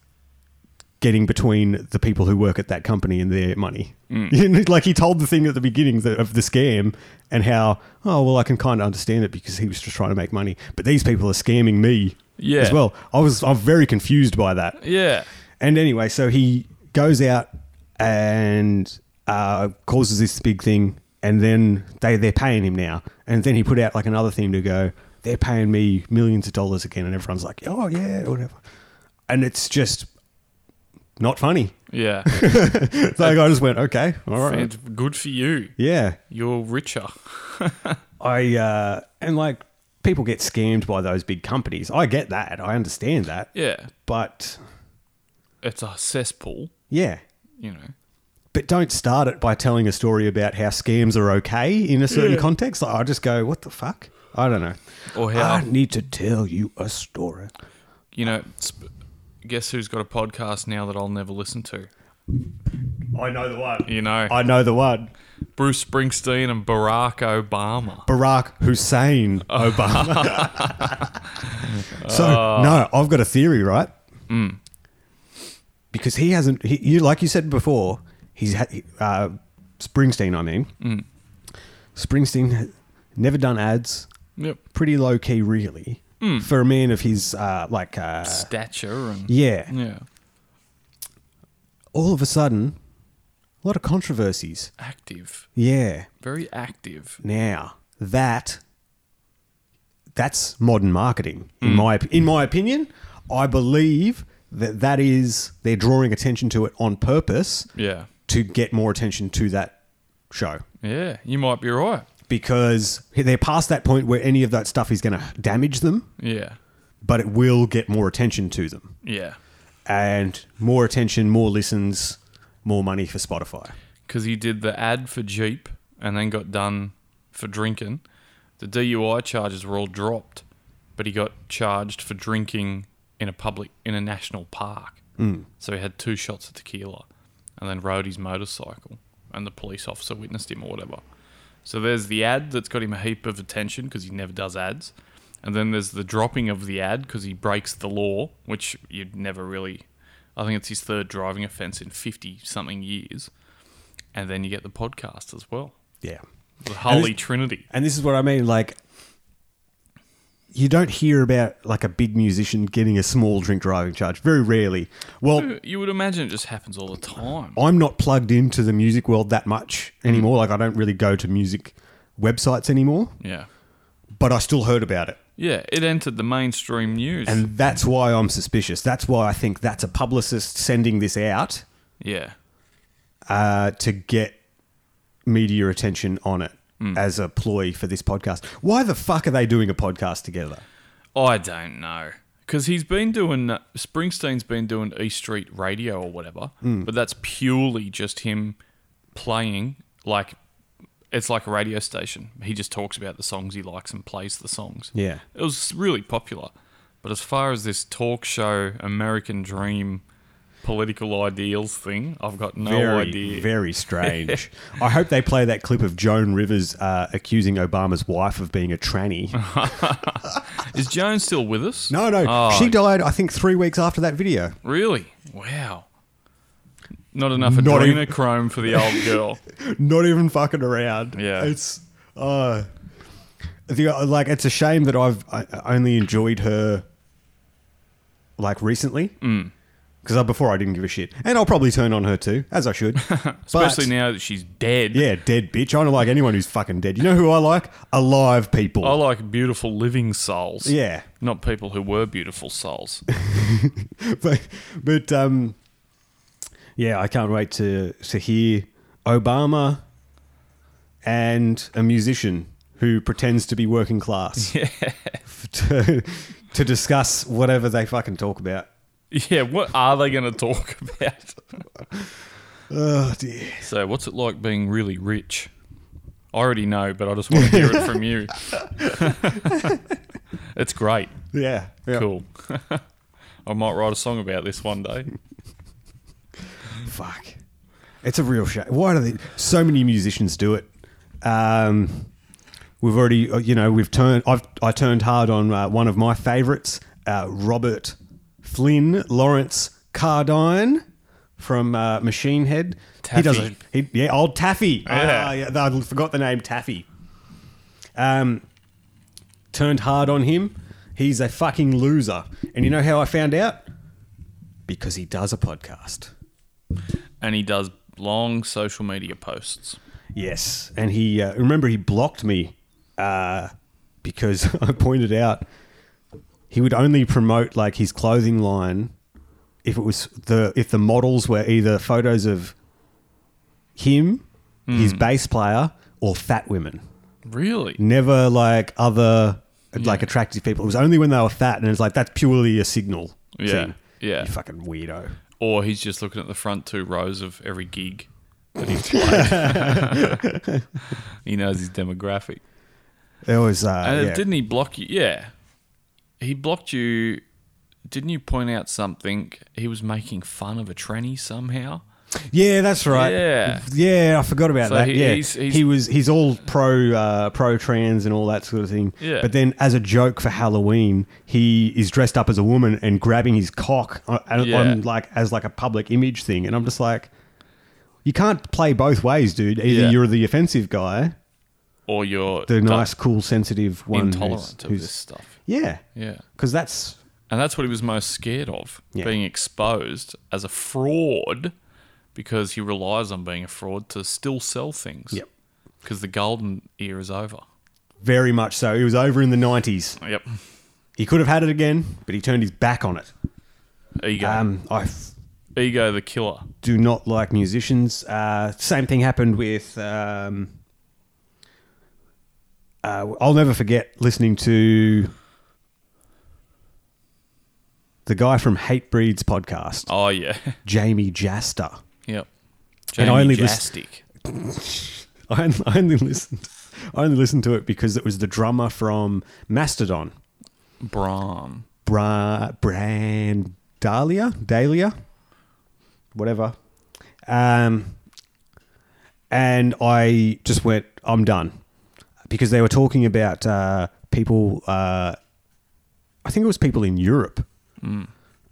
Speaker 1: getting between the people who work at that company and their money. like he told the thing at the beginning that- of the scam and how, oh, well, I can kind of understand it because he was just trying to make money. But these people are scamming me
Speaker 2: Yeah.
Speaker 1: as well. I was I'm very confused by that.
Speaker 2: Yeah.
Speaker 1: And anyway, so he goes out and uh, causes this big thing, and then they they're paying him now. And then he put out like another thing to go, they're paying me millions of dollars again, and everyone's like, oh yeah, whatever. And it's just not funny.
Speaker 2: Yeah.
Speaker 1: Like I just went, okay, all right,
Speaker 2: Fans- good for you.
Speaker 1: yeah.
Speaker 2: You're richer.
Speaker 1: I uh, and like people get scammed by those big companies. I get that. I understand that.
Speaker 2: Yeah.
Speaker 1: But
Speaker 2: It's a cesspool,
Speaker 1: yeah,
Speaker 2: you know.
Speaker 1: but don't start it by telling a story about how scams are okay in a certain context. Like, I just go, what the fuck? I don't know.
Speaker 2: Or how-
Speaker 1: I need to tell you a story.
Speaker 2: You know, sp- guess who's got a podcast now that I'll never listen to?
Speaker 1: I know the one.
Speaker 2: You know,
Speaker 1: I know the one.
Speaker 2: Bruce Springsteen and Barack Obama.
Speaker 1: Barack Hussein Obama. so
Speaker 2: Uh.
Speaker 1: no, I've got a theory, right?
Speaker 2: Mm.
Speaker 1: Because he hasn't, he, you like you said before, he's ha- uh, Springsteen. I mean,
Speaker 2: Mm.
Speaker 1: Springsteen had never done ads.
Speaker 2: Yep.
Speaker 1: pretty low key, really, for a man of his uh, like uh,
Speaker 2: Stature and.
Speaker 1: yeah.
Speaker 2: Yeah.
Speaker 1: All of a sudden, a lot of controversies.
Speaker 2: Active.
Speaker 1: Yeah.
Speaker 2: Very active.
Speaker 1: Now that that's modern marketing, in my op- in my opinion, I believe that that is they're drawing attention to it on purpose
Speaker 2: Yeah.
Speaker 1: to get more attention to that show
Speaker 2: Yeah. You might be right.
Speaker 1: because they're past that point where any of that stuff is going to damage them,
Speaker 2: Yeah.
Speaker 1: but it will get more attention to them.
Speaker 2: Yeah.
Speaker 1: and more attention, more listens, more money for Spotify.
Speaker 2: because he did the ad for Jeep and then got done for drinking. The DUI charges were all dropped, but he got charged for drinking in a public in a national park. Mm. So he had two shots of tequila, and then rode his motorcycle, and the police officer witnessed him or whatever. So there's the ad that's got him a heap of attention because he never does ads, and then there's the dropping of the ad because he breaks the law, which you'd never really. I think it's his third driving offence in fifty something years and then you get the podcast as well.
Speaker 1: Yeah.
Speaker 2: The Holy
Speaker 1: this-
Speaker 2: Trinity.
Speaker 1: And this is what I mean like you don't hear about like a big musician getting a small drink driving charge very rarely. Well,
Speaker 2: You would imagine it just happens all the time.
Speaker 1: I'm not plugged into the music world that much anymore. Like I don't really go to music websites anymore,
Speaker 2: Yeah.
Speaker 1: but I still heard about it.
Speaker 2: Yeah, it entered the mainstream news.
Speaker 1: And that's why I'm suspicious. That's why I think that's a publicist sending this out
Speaker 2: yeah.
Speaker 1: uh, to get media attention on it as a ploy for this podcast. Why the fuck are they doing a podcast together?
Speaker 2: I don't know. Because he's been doing, uh, Springsteen's been doing E Street Radio or whatever,
Speaker 1: Hmm.
Speaker 2: but that's purely just him playing like, it's like a radio station. He just talks about the songs he likes and plays the songs.
Speaker 1: Yeah.
Speaker 2: It was really popular. But as far as this talk show, American dream, political ideals thing, I've got no
Speaker 1: very,
Speaker 2: idea.
Speaker 1: very strange. I hope they play that clip of Joan Rivers uh, accusing Obama's wife of being a tranny.
Speaker 2: Is Joan still with us?
Speaker 1: No, no,
Speaker 2: Oh,
Speaker 1: she died. I think three weeks after that video.
Speaker 2: Really? Wow. Not enough
Speaker 1: Not even-
Speaker 2: adrenochrome for the old girl.
Speaker 1: Not even fucking around.
Speaker 2: Yeah.
Speaker 1: it's uh, the like. It's a shame that I've I I only enjoyed her like recently.
Speaker 2: Mm.
Speaker 1: Because before I didn't give a shit, and I'll probably turn on her too, as I should.
Speaker 2: Especially
Speaker 1: But-
Speaker 2: now that she's dead.
Speaker 1: Yeah, dead bitch. I don't like anyone who's fucking dead. You know who I like? Alive people.
Speaker 2: I like beautiful living souls.
Speaker 1: yeah,
Speaker 2: Not people who were beautiful souls.
Speaker 1: but but um, yeah, I can't wait to to hear Obama and a musician who pretends to be working class to to discuss whatever they fucking talk about.
Speaker 2: yeah, what are they going to talk about?
Speaker 1: Oh dear.
Speaker 2: so, what's it like being really rich? I already know, but I just want to hear it from you. it's great.
Speaker 1: Yeah. yeah.
Speaker 2: Cool. I might write a song about this one day.
Speaker 1: Fuck. It's a real shame. Why do they? So many musicians do it. Um, we've already, uh, you know, we've turned. I've I turned hard on uh, one of my favourites, uh, Robert Flynn Lawrence Cardine. from uh, Machine Head.
Speaker 2: Taffy. Oh,
Speaker 1: He does a, he, yeah, old Taffy.
Speaker 2: Yeah.
Speaker 1: Ah, I forgot the name Taffy. Um, turned hard on him. He's a fucking loser. And you know how I found out? Because he does a podcast.
Speaker 2: and he does long social media posts.
Speaker 1: Yes, and he uh, remember he blocked me uh, because I pointed out he would only promote like his clothing line if it was the if the models were either photos of him,
Speaker 2: Hmm.
Speaker 1: his bass player, or fat women.
Speaker 2: Really?
Speaker 1: Never like other like attractive people. It was only when they were fat, and it's like that's purely a signal.
Speaker 2: Yeah,
Speaker 1: thing.
Speaker 2: yeah.
Speaker 1: You fucking weirdo.
Speaker 2: Or he's just looking at the front two rows of every gig that he's played. he knows his demographic.
Speaker 1: It was. Uh,
Speaker 2: And
Speaker 1: yeah.
Speaker 2: didn't he block you? Yeah. He blocked you. Didn't you point out something? He was making fun of a tranny somehow.
Speaker 1: Yeah, that's right.
Speaker 2: Yeah.
Speaker 1: yeah, I forgot about
Speaker 2: So
Speaker 1: that.
Speaker 2: he-
Speaker 1: yeah,
Speaker 2: he's- he's-
Speaker 1: he was he's all pro uh, pro trans and all that sort of thing.
Speaker 2: Yeah.
Speaker 1: But then, as a joke for Halloween, he is dressed up as a woman and grabbing his cock on, on-
Speaker 2: Yeah.
Speaker 1: on like as like a public image thing, and I'm just like, you can't play both ways, dude. Either
Speaker 2: Yeah.
Speaker 1: you're the offensive guy,
Speaker 2: Or you're
Speaker 1: the nice, cool, sensitive one, who's-
Speaker 2: intolerant of
Speaker 1: who's-
Speaker 2: this stuff.
Speaker 1: yeah,
Speaker 2: Yeah.
Speaker 1: because that's
Speaker 2: And that's what he was most scared of
Speaker 1: Yeah.
Speaker 2: being exposed as a fraud because he relies on being a fraud to still sell things.
Speaker 1: Yep.
Speaker 2: Because the golden era is over.
Speaker 1: very much so. It was over in the '90s.
Speaker 2: Yep.
Speaker 1: He could have had it again, but he turned his back on it.
Speaker 2: Ego.
Speaker 1: Um, I f-
Speaker 2: Ego the killer.
Speaker 1: do not like musicians. Uh, same thing happened with. Um, uh, I'll never forget listening to the guy from Hate Breeds podcast,
Speaker 2: Oh, yeah.
Speaker 1: Jamie Jaster.
Speaker 2: yep.
Speaker 1: And
Speaker 2: Jamie
Speaker 1: I only list-
Speaker 2: Jastic.
Speaker 1: I on- I only listened. I only listened to it because it was the drummer from Mastodon,
Speaker 2: Brahm.
Speaker 1: Bra- Brandalia, Dahlia, whatever. Um, and I just went, I'm done. Because they were talking about uh, people, uh, I think it was people in Europe,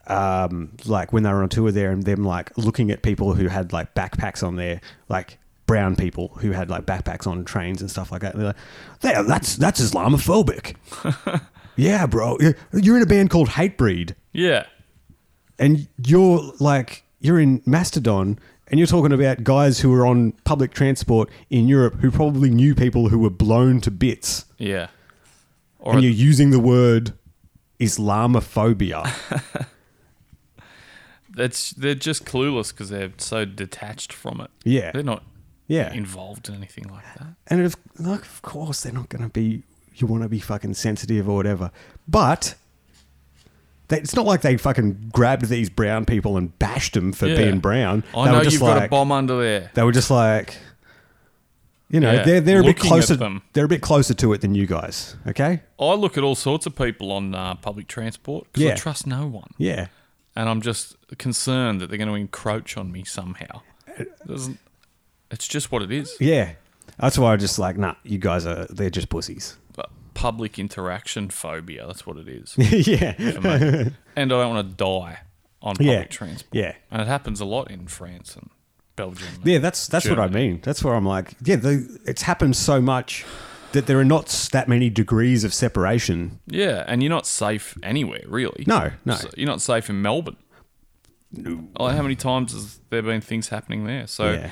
Speaker 1: um, like when they were on tour there, and them like looking at people who had like backpacks on their like brown people who had like backpacks on trains and stuff like that. And they're like, "There, that's that's Islamophobic. yeah, bro, You're- you're in a band called Hatebreed
Speaker 2: Yeah.
Speaker 1: and you're like you're in Mastodon and you're talking about guys who were on public transport in Europe who probably knew people who were blown to bits
Speaker 2: Yeah. Or
Speaker 1: and you're using the word Islamophobia.
Speaker 2: that's they're just clueless because they're so detached from it.
Speaker 1: Yeah.
Speaker 2: They're not
Speaker 1: Yeah.
Speaker 2: involved in anything like that.
Speaker 1: and of like of course they're not going to be you want to be fucking sensitive or whatever. But they, it's not like they fucking grabbed these brown people and bashed them for
Speaker 2: Yeah.
Speaker 1: being brown.
Speaker 2: I
Speaker 1: They were
Speaker 2: know
Speaker 1: just
Speaker 2: you've got a
Speaker 1: like-
Speaker 2: bomb under there.
Speaker 1: They were just like, you know,
Speaker 2: Yeah,
Speaker 1: they're they're a bit
Speaker 2: looking at
Speaker 1: closer.
Speaker 2: them.
Speaker 1: They're a bit closer to it than you guys. Okay.
Speaker 2: I look at all sorts of people on uh, public transport because I
Speaker 1: Yeah.
Speaker 2: trust no one,
Speaker 1: Yeah.
Speaker 2: and I'm just concerned that they're going to encroach on me somehow. It doesn't- it's just what it is.
Speaker 1: Uh, Yeah. That's why I just like, nah, you guys are they're just pussies.
Speaker 2: But public interaction phobia. That's what it is.
Speaker 1: yeah.
Speaker 2: for me. and I don't want to die on public
Speaker 1: Yeah.
Speaker 2: transport.
Speaker 1: Yeah.
Speaker 2: and it happens a lot in France and Belgium. and-
Speaker 1: Yeah, that's that's what I
Speaker 2: Germany.
Speaker 1: mean. That's where I'm like, yeah, the, it's happened so much that there are not s- that many degrees of separation.
Speaker 2: Yeah, and you're not safe anywhere, really.
Speaker 1: No, no.
Speaker 2: So you're not safe in Melbourne. No. how many times has there been things happening there? So,
Speaker 1: Yeah.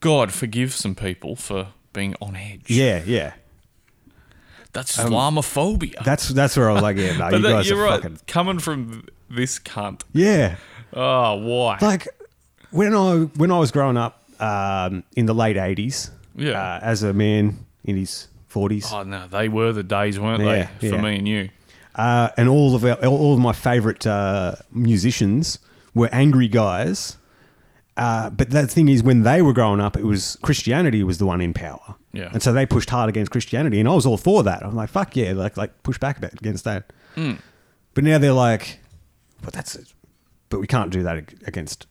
Speaker 2: God forgive some people for being on edge.
Speaker 1: Yeah, yeah.
Speaker 2: That's Islamophobia.
Speaker 1: That's that's where I was like, yeah, no,
Speaker 2: but
Speaker 1: you
Speaker 2: that-
Speaker 1: guys
Speaker 2: you're
Speaker 1: are
Speaker 2: right.
Speaker 1: fucking
Speaker 2: Coming from this cunt.
Speaker 1: Yeah.
Speaker 2: Oh, why?
Speaker 1: like when I when I was growing up um, in the late eighties,
Speaker 2: Yeah.
Speaker 1: uh, as a man in his forties,
Speaker 2: oh no, they were the days, weren't
Speaker 1: Yeah,
Speaker 2: they? For
Speaker 1: yeah.
Speaker 2: me and you.
Speaker 1: uh, and all of our, all of my favorite uh, musicians were angry guys. Uh, but the thing is, when they were growing up, it was Christianity was the one in power,
Speaker 2: Yeah.
Speaker 1: and so they pushed hard against Christianity, and I was all for that. I'm like, fuck yeah, like like push back about- against that.
Speaker 2: Hmm.
Speaker 1: But now they're like, but that's it. But we can't do that ag- against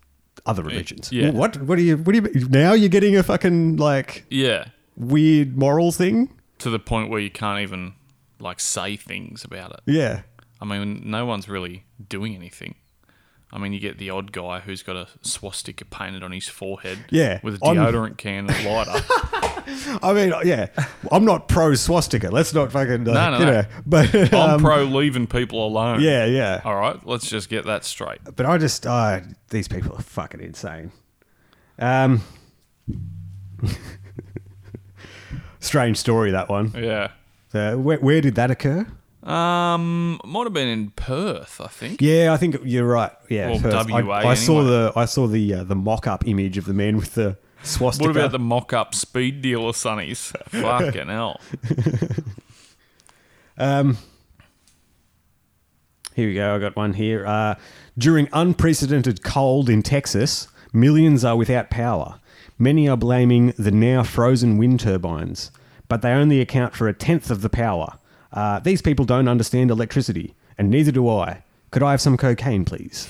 Speaker 1: other religions.
Speaker 2: E-, yeah.
Speaker 1: What? What are you? What are you? Now you're getting a fucking like
Speaker 2: Yeah.
Speaker 1: weird moral thing.
Speaker 2: To the point where you can't even like say things about it.
Speaker 1: Yeah.
Speaker 2: I mean, no one's really doing anything. I mean, you get the odd guy who's got a swastika painted on his forehead,
Speaker 1: Yeah,
Speaker 2: with a
Speaker 1: on-
Speaker 2: deodorant can and a lighter.
Speaker 1: I mean, uh, yeah, I'm not pro swastika. Let's not fucking, uh,
Speaker 2: No, no,
Speaker 1: you
Speaker 2: no.
Speaker 1: know. But
Speaker 2: I'm
Speaker 1: um,
Speaker 2: pro Oh. leaving people alone.
Speaker 1: yeah, yeah.
Speaker 2: All right, let's just get that straight.
Speaker 1: But I just, uh, these people are fucking insane. Um, strange story that one.
Speaker 2: Yeah.
Speaker 1: So where, where did that occur?
Speaker 2: Um, might have been in Perth, I think.
Speaker 1: Yeah, I think you're right. Yeah,
Speaker 2: Well,
Speaker 1: Perth. I,
Speaker 2: WA
Speaker 1: I saw
Speaker 2: anyway.
Speaker 1: the I saw the uh, the mock up image of the man with the swastika.
Speaker 2: What about the mock-up speed dealer sunnies? Fucking hell.
Speaker 1: Here we go. I got one here. Uh, during unprecedented cold in Texas, millions are without power. Many are blaming the now frozen wind turbines, but they only account for a tenth of the power. Uh, these people don't understand electricity, and neither do I. Could I have some cocaine, please?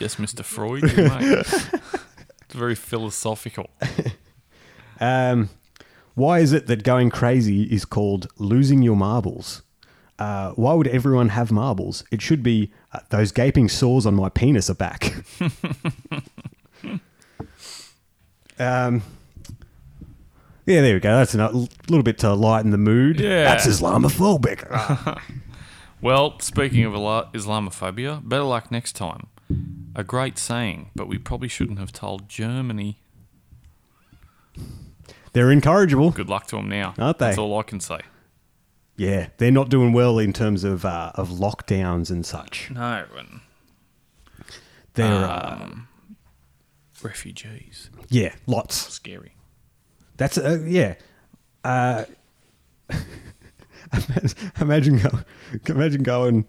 Speaker 2: Yes, Mr. Freud, you mate. It's very philosophical.
Speaker 1: Um, why is it that going crazy is called losing your marbles? Uh, why would everyone have marbles? It should be uh, those gaping sores on my penis are back. um, yeah, there we go. That's a little bit to lighten the mood.
Speaker 2: Yeah.
Speaker 1: That's Islamophobic.
Speaker 2: Well, speaking of Isla- Islamophobia, better luck next time. A great saying, but we probably shouldn't have told Germany.
Speaker 1: They're incorrigible.
Speaker 2: Good luck to them now.
Speaker 1: Aren't they?
Speaker 2: That's all I can say.
Speaker 1: Yeah, they're not doing well in terms of uh, of lockdowns and such.
Speaker 2: No, and
Speaker 1: They're
Speaker 2: refugees.
Speaker 1: uh, yeah, lots.
Speaker 2: Scary.
Speaker 1: That's uh, yeah. Uh, imagine go, imagine going,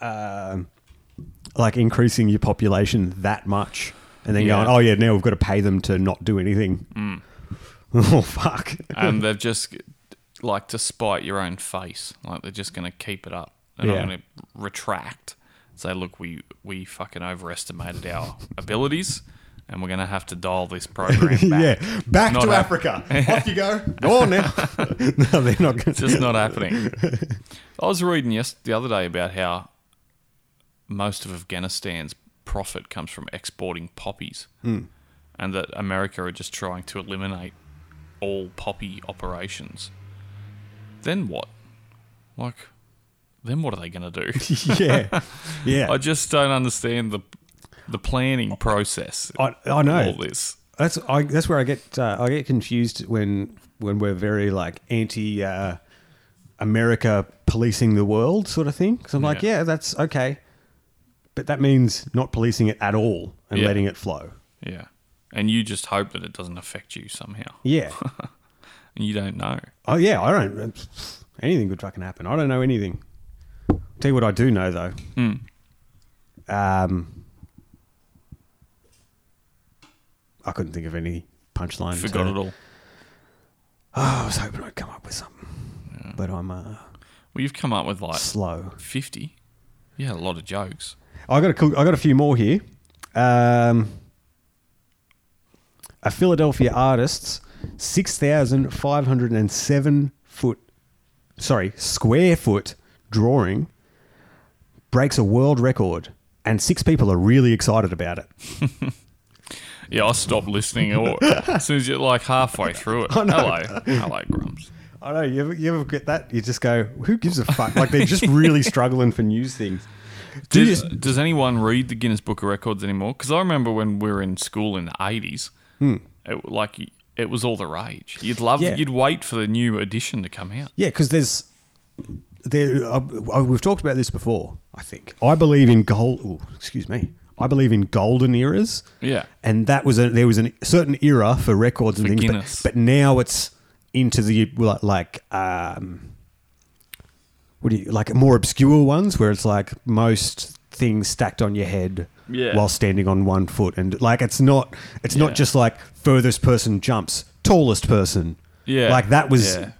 Speaker 1: um, like increasing your population that much, and then
Speaker 2: Yeah. Mm.
Speaker 1: going, oh yeah, now we've got to pay them to not do anything. Oh fuck!
Speaker 2: And they've just, like, to spite your own face, like, they're just going to keep it up. They're
Speaker 1: Yeah.
Speaker 2: not going to retract. Say, look, we, we fucking overestimated our abilities, and we're going to have to dial this program back.
Speaker 1: yeah, back
Speaker 2: Not
Speaker 1: to
Speaker 2: hap-
Speaker 1: Africa. Off you go. Go on now. no, they're not going.
Speaker 2: It's
Speaker 1: to
Speaker 2: just not happening. I was reading yes the other day about how most of Afghanistan's profit comes from exporting poppies,
Speaker 1: Hmm.
Speaker 2: and that America are just trying to eliminate all poppy operations. Then what? Like, then what are they going to do?
Speaker 1: yeah, yeah.
Speaker 2: I just don't understand the the planning process.
Speaker 1: I, I know.
Speaker 2: all this.
Speaker 1: That's I, that's where I get uh, I get confused when when we're very like anti uh, America policing the world sort of thing. Because I'm like,
Speaker 2: Yeah.
Speaker 1: yeah, that's okay, but that means not policing it at all and
Speaker 2: Yeah.
Speaker 1: letting it flow.
Speaker 2: Yeah, and you just hope that it doesn't affect you somehow,
Speaker 1: Yeah.
Speaker 2: and you don't know.
Speaker 1: oh yeah. I don't. Anything could fucking happen. I don't know anything. Tell you what I do know though.
Speaker 2: Hmm.
Speaker 1: Um, I couldn't think of any punchline. to-
Speaker 2: Forgot it all.
Speaker 1: Oh, I was hoping I'd come up with something, but I'm uh,
Speaker 2: Well, you've come up with like
Speaker 1: slow.
Speaker 2: 50. You had a lot of jokes.
Speaker 1: I got a cou- I got a few more here. Um, a Philadelphia artist's six thousand five hundred and seven foot, sorry, square foot drawing breaks a world record, and six people are really excited about it.
Speaker 2: Yeah, I stopped listening or, as soon as you're like halfway through it. Hello. Hello, Grumps.
Speaker 1: I know you ever, you ever get that? You just go, who gives a fuck? Like they're just really struggling for news things. Do you
Speaker 2: Does,
Speaker 1: just-
Speaker 2: does anyone read the Guinness Book of Records anymore? Because I remember when we were in school in the 80s, it, like it was all the rage. You'd love
Speaker 1: Hmm. Yeah.
Speaker 2: You'd wait for the new edition to come out.
Speaker 1: Yeah, because there's there. Uh, uh, we've talked about this before. I think I believe in gold. ooh, excuse me. I believe in golden eras.
Speaker 2: Yeah.
Speaker 1: and that was a there was a certain era for records and
Speaker 2: For
Speaker 1: things,
Speaker 2: Guinness.
Speaker 1: but but now it's into the like, like um, what do you like more obscure ones where it's like most things stacked on your head
Speaker 2: Yeah.
Speaker 1: while standing on one foot and like it's not it's not
Speaker 2: Yeah.
Speaker 1: just like furthest person jumps tallest person
Speaker 2: Yeah.
Speaker 1: like that was
Speaker 2: Yeah.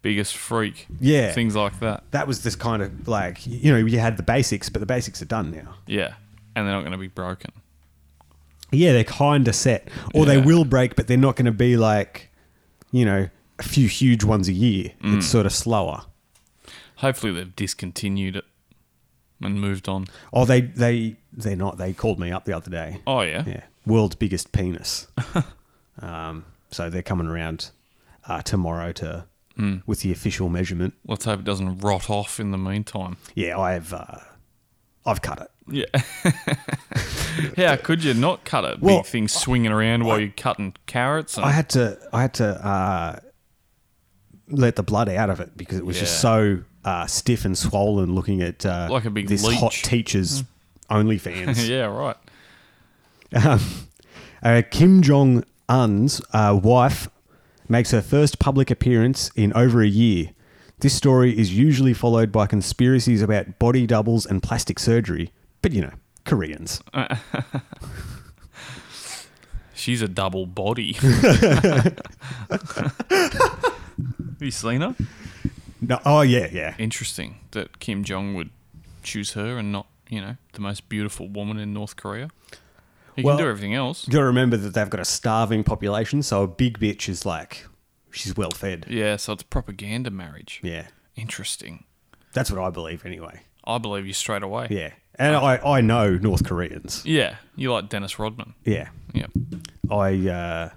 Speaker 2: Biggest freak.
Speaker 1: Yeah.
Speaker 2: Things like that.
Speaker 1: that was this kind of like you know you had the basics but the basics are done now
Speaker 2: Yeah. And they're not going to be broken.
Speaker 1: yeah they're kind of set or they
Speaker 2: Yeah.
Speaker 1: will break but they're not going to be like you know a few huge Mm. ones a year it's sort of slower
Speaker 2: Hopefully, they've discontinued it. and moved on.
Speaker 1: Oh, they they they're not. They called me up the other day.
Speaker 2: Oh yeah,
Speaker 1: Yeah, world's biggest penis. um, so they're coming around uh, tomorrow to with the official measurement.
Speaker 2: Let's hope it doesn't rot off in the meantime.
Speaker 1: Yeah, I've uh, I've cut it.
Speaker 2: Yeah. How could you not cut a
Speaker 1: Well,
Speaker 2: big thing swinging around while you're cutting carrots? And,
Speaker 1: I had to I had to uh, let the blood out of it because it was just
Speaker 2: Yeah.
Speaker 1: so uh, stiff and swollen. Looking at uh,
Speaker 2: Like a big
Speaker 1: this
Speaker 2: leech. Hmm.
Speaker 1: hot teacher's OnlyFans.
Speaker 2: yeah, right.
Speaker 1: Uh, Kim Jong Un's uh, wife makes her first public appearance in over a year. This story is usually followed by conspiracies about body doubles and plastic surgery, but you know, Koreans.
Speaker 2: She's a double body. Have you seen her?
Speaker 1: No, oh yeah, yeah.
Speaker 2: Interesting that Kim Jong would choose her and not, you know, the most beautiful woman in North Korea. He
Speaker 1: Well-
Speaker 2: can do everything else.
Speaker 1: You got to remember that they've got a starving population, so a big bitch is like she's well fed.
Speaker 2: Yeah, so it's propaganda marriage.
Speaker 1: Yeah,
Speaker 2: Interesting.
Speaker 1: that's what I believe anyway.
Speaker 2: I believe you straight away.
Speaker 1: Yeah, and I I know North Koreans.
Speaker 2: Yeah, you like Dennis Rodman.
Speaker 1: Yeah,
Speaker 2: Yep.
Speaker 1: I uh,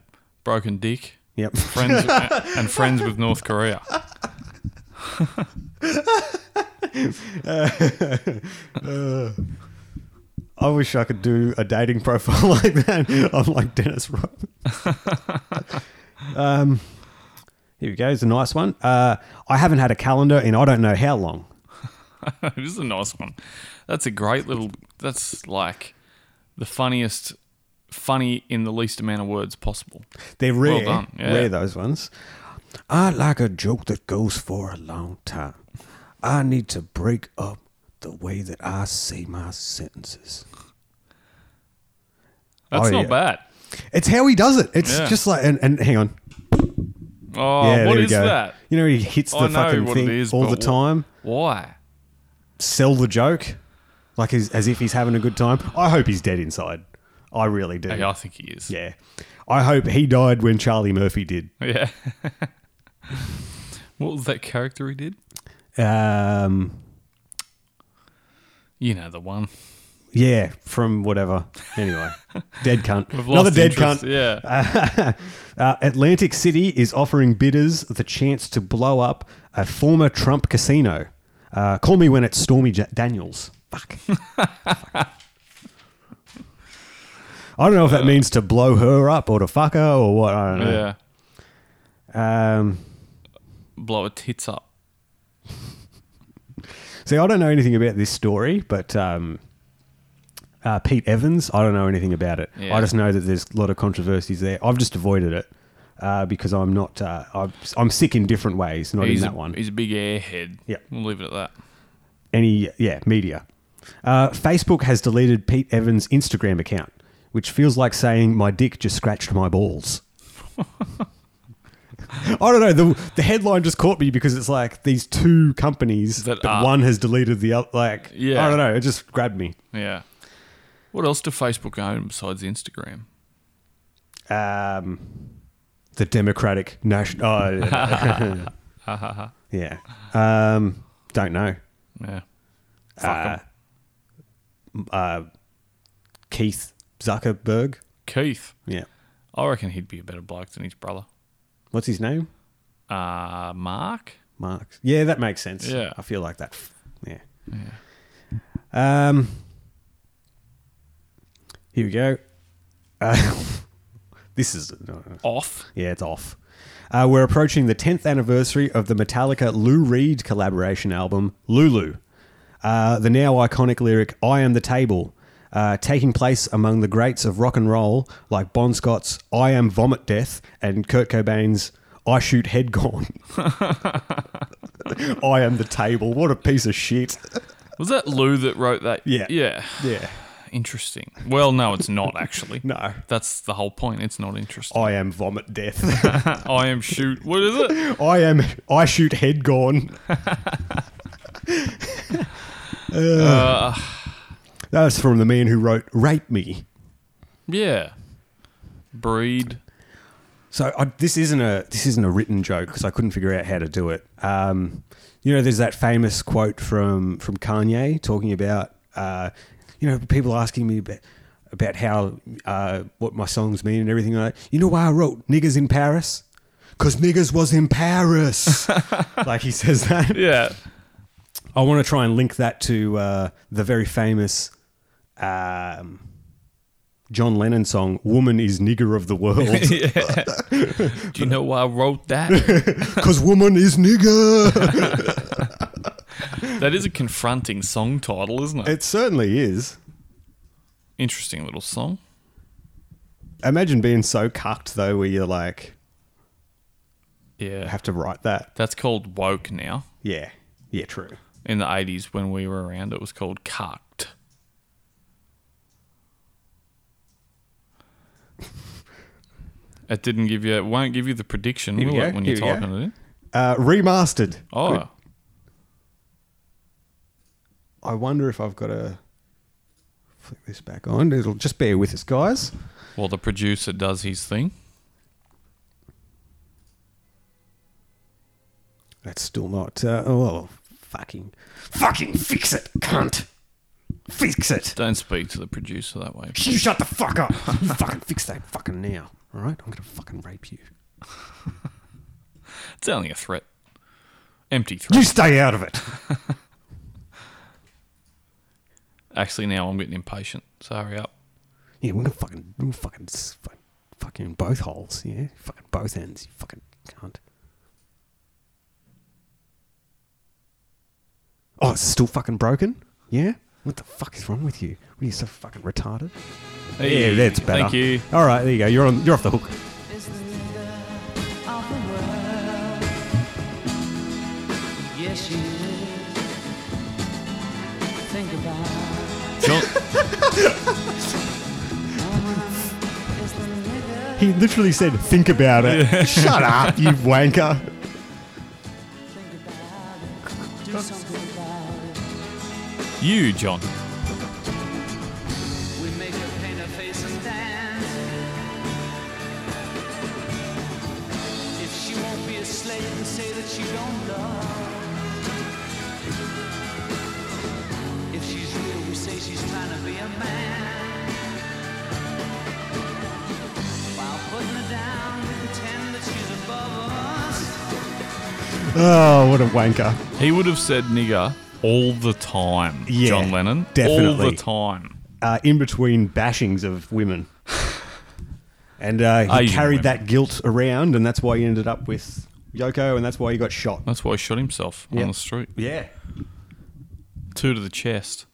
Speaker 2: Broken dick.
Speaker 1: yep.
Speaker 2: friends and friends with North Korea.
Speaker 1: I wish I could do a dating profile like that. I'm like Dennis Rodman. um, here we go. It's a nice one. Uh, I haven't had a calendar in I don't know how long.
Speaker 2: it is a nice one. That's a great little. That's like the funniest, funny in the least amount of words possible.
Speaker 1: They're rare.
Speaker 2: done, yeah.
Speaker 1: Rare those ones. I like a joke that goes for a long time. I need to break up the way that I say my sentences.
Speaker 2: That's
Speaker 1: Oh,
Speaker 2: not
Speaker 1: yeah.
Speaker 2: bad.
Speaker 1: It's how he does it. It's
Speaker 2: Yeah.
Speaker 1: just like and, and hang on.
Speaker 2: Oh,
Speaker 1: yeah,
Speaker 2: what
Speaker 1: there we
Speaker 2: is
Speaker 1: go.
Speaker 2: that?
Speaker 1: You know he hits the
Speaker 2: I know
Speaker 1: fucking
Speaker 2: what it
Speaker 1: thing
Speaker 2: is,
Speaker 1: all the
Speaker 2: but wh-
Speaker 1: time.
Speaker 2: Why?
Speaker 1: sell the joke, like as, as if he's having a good time. I hope he's dead inside. I really do.
Speaker 2: Yeah, I think he is.
Speaker 1: Yeah. I hope he died when Charlie Murphy did.
Speaker 2: Yeah. what was that character he did?
Speaker 1: Um,
Speaker 2: You know the one.
Speaker 1: yeah, from whatever. Anyway, dead cunt.
Speaker 2: We've
Speaker 1: Another
Speaker 2: lost
Speaker 1: dead
Speaker 2: interest.
Speaker 1: cunt.
Speaker 2: Yeah.
Speaker 1: Uh, Atlantic City is offering bidders the chance to blow up a former Trump casino. Uh, call me when it's Stormy J- Daniels. Fuck. I don't know if that means to blow her up or to fuck her or what. I don't know.
Speaker 2: yeah.
Speaker 1: Um,
Speaker 2: Blow her tits up.
Speaker 1: see, I don't know anything about this story, but um, uh, Pete Evans, I don't know anything about it.
Speaker 2: Yeah.
Speaker 1: I just know that there's a lot of controversies there. I've just avoided it uh, because I'm not. Uh, I'm, I'm sick in different ways, not
Speaker 2: He's
Speaker 1: in that
Speaker 2: a,
Speaker 1: one.
Speaker 2: He's a big airhead.
Speaker 1: Yeah.
Speaker 2: We'll leave it at that.
Speaker 1: Any, yeah, media. Uh, Facebook has deleted Pete Evans' Instagram account, which feels like saying my dick just scratched my balls. I don't know. The, the headline just caught me because it's like these two companies,
Speaker 2: That
Speaker 1: but
Speaker 2: are-
Speaker 1: one has deleted the other. Like,
Speaker 2: Yeah.
Speaker 1: I don't know. It just grabbed me.
Speaker 2: Yeah. What else do Facebook own besides Instagram?
Speaker 1: um, the Democratic National. Oh, yeah. yeah. Um, don't know.
Speaker 2: Yeah. Fuck 'em.
Speaker 1: Keith Zuckerberg.
Speaker 2: Keith.
Speaker 1: Yeah.
Speaker 2: I reckon he'd be a better bloke than his brother.
Speaker 1: What's his name?
Speaker 2: Uh, Mark?
Speaker 1: Mark. Yeah, that makes sense.
Speaker 2: Yeah.
Speaker 1: I feel like that. Yeah. yeah. Um. Here we go. Uh, this is.
Speaker 2: Off?
Speaker 1: Yeah, it's off. Uh, we're approaching the 10th anniversary of the Metallica Lou Reed collaboration album, Lulu. Uh, the now iconic lyric, I Am the Table, uh, taking place among the greats of rock and roll, like Bon Scott's I Am Vomit Death and Kurt Cobain's I Shoot Head Gone. I Am the Table. What a piece of shit.
Speaker 2: Was that Lou that wrote that?
Speaker 1: Yeah.
Speaker 2: Yeah.
Speaker 1: Yeah.
Speaker 2: Interesting. Well, no, it's not actually.
Speaker 1: No.
Speaker 2: That's the whole point. It's not interesting.
Speaker 1: I am vomit death.
Speaker 2: I am shoot. What is it?
Speaker 1: I am I shoot head gone.
Speaker 2: Uh,
Speaker 1: That's from the man who wrote Rape Me.
Speaker 2: yeah. Breed.
Speaker 1: So I, this isn't a this isn't a written joke because I couldn't figure out how to do it. Um, you know, there's that famous quote from from Kanye talking about uh, you know people asking me about, about how uh, what my songs mean and everything like. that. You know why I wrote "Niggas in Paris"? Because niggas was in Paris. like he says that.
Speaker 2: Yeah.
Speaker 1: I want to try and link that to uh, the very famous um, John Lennon song "Woman is nigger of the world."
Speaker 2: Do you know why I wrote that?
Speaker 1: Because woman is nigger.
Speaker 2: that is a confronting song title, isn't it?
Speaker 1: It certainly is.
Speaker 2: Interesting little song.
Speaker 1: Imagine being so cucked though, where you're like, I
Speaker 2: Yeah.
Speaker 1: have to write that.
Speaker 2: That's called woke now.
Speaker 1: Yeah. Yeah, true.
Speaker 2: In the 80s when we were around, it was called cucked. It didn't give you, it won't give you the prediction,
Speaker 1: Here we
Speaker 2: will it,
Speaker 1: go,
Speaker 2: when you're
Speaker 1: here we go.
Speaker 2: typing it in?
Speaker 1: Uh, remastered.
Speaker 2: Oh,
Speaker 1: Good. I wonder if I've got to flick this back on. It'll just bear with us, guys.
Speaker 2: well, the producer does his thing.
Speaker 1: That's still not. Uh, oh, fucking, fucking fix it, cunt. Fix it.
Speaker 2: Don't speak to the producer that way.
Speaker 1: You shut the fuck up. You fucking fix that fucking now. All right, I'm gonna fucking rape you.
Speaker 2: It's only a threat. Empty threat.
Speaker 1: You stay out of it.
Speaker 2: Actually, now I'm getting impatient. So hurry up.
Speaker 1: Yeah, we're gonna fucking, we're gonna fucking, s- fu- fucking both holes. Yeah, fucking both ends. You fucking cunt. Oh, it's still fucking broken. Yeah. What the fuck is wrong with you? What are you so fucking retarded?
Speaker 2: Hey,
Speaker 1: yeah, that's better.
Speaker 2: Thank you.
Speaker 1: All right, there you go. You're on. You're off the hook.
Speaker 4: is the leader of the world. Yes, she is. Think about it.
Speaker 2: John,
Speaker 4: Is the leader.
Speaker 1: He literally said, "Think about it." Shut up, you wanker.
Speaker 4: Think about it. Do something about it.
Speaker 2: you, John.
Speaker 4: We make her paint her face and dance. If she won't be a slave and say that she don't love. If she's real, we say she's trying to be a man. While putting her down, we pretend that she's above us.
Speaker 1: Oh, what a wanker.
Speaker 2: He would have said nigger all the time.
Speaker 1: Yeah,
Speaker 2: John Lennon. All
Speaker 1: definitely.
Speaker 2: the time.
Speaker 1: uh, in between bashings of women. And uh, he
Speaker 2: Asian
Speaker 1: carried
Speaker 2: women.
Speaker 1: that guilt around, and that's why he ended up with Yoko, and that's why he got shot.
Speaker 2: That's why he shot himself
Speaker 1: Yeah.
Speaker 2: on the street.
Speaker 1: Yeah.
Speaker 2: Two to the chest.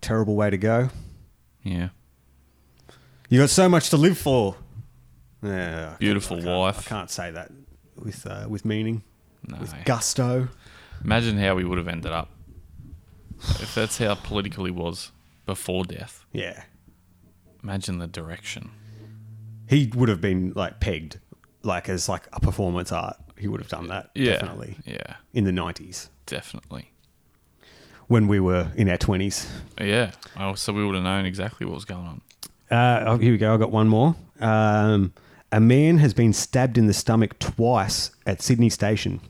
Speaker 1: Terrible way to go.
Speaker 2: Yeah.
Speaker 1: You got so much to live for. Yeah, I
Speaker 2: Beautiful
Speaker 1: can't- I
Speaker 2: wife.
Speaker 1: can't say that with uh, with meaning,
Speaker 2: No.
Speaker 1: with gusto.
Speaker 2: Imagine how he would have ended up if that's how political he was before death.
Speaker 1: Yeah,
Speaker 2: Imagine the direction.
Speaker 1: he would have been like pegged, like as like a performance art. He would have done that
Speaker 2: Yeah.
Speaker 1: definitely
Speaker 2: Yeah.
Speaker 1: in the nineties
Speaker 2: Definitely.
Speaker 1: when we were in our twenties.
Speaker 2: Yeah. Oh, so we would have known exactly what was going on.
Speaker 1: Uh, oh, here we go. I got one more. Um, a man has been stabbed in the stomach twice at Sydney Station.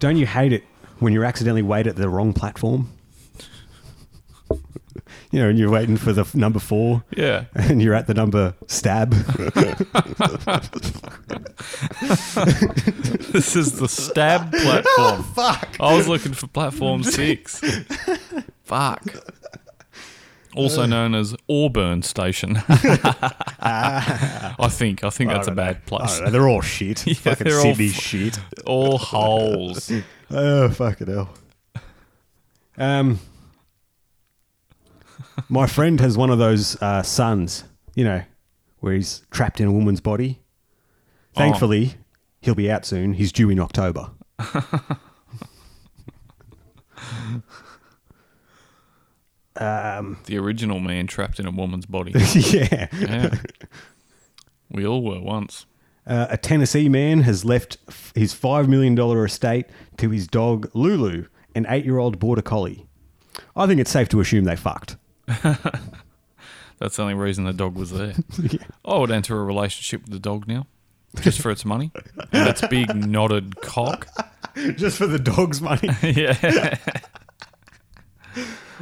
Speaker 1: Don't you hate it when you accidentally wait at the wrong platform? you know, and you're waiting for the f- number four,
Speaker 2: Yeah.
Speaker 1: and you're at the number stab.
Speaker 2: This is the stab platform.
Speaker 1: Fuck.
Speaker 2: I was looking for platform six. Fuck. Also known as Auburn Station. I think. I think that's a bad place.
Speaker 1: I don't know, they're all shit. Fucking
Speaker 2: they're all
Speaker 1: Sydney
Speaker 2: fu-
Speaker 1: shit.
Speaker 2: All holes.
Speaker 1: Oh, fucking hell. Um, my friend has one of those uh, sons, you know, where he's trapped in a woman's body. Thankfully, he'll be out soon. He's due in October.
Speaker 2: The original man trapped in a woman's body.
Speaker 1: yeah.
Speaker 2: Yeah. We all were once.
Speaker 1: Uh, a Tennessee man has left f- his $5 million estate to his dog Lulu, an eight year old border collie. I think it's safe to assume they fucked.
Speaker 2: That's the only reason the dog was there. I would enter a relationship with the dog now, just for its money and its big knotted cock.
Speaker 1: Just for the dog's money.
Speaker 2: yeah,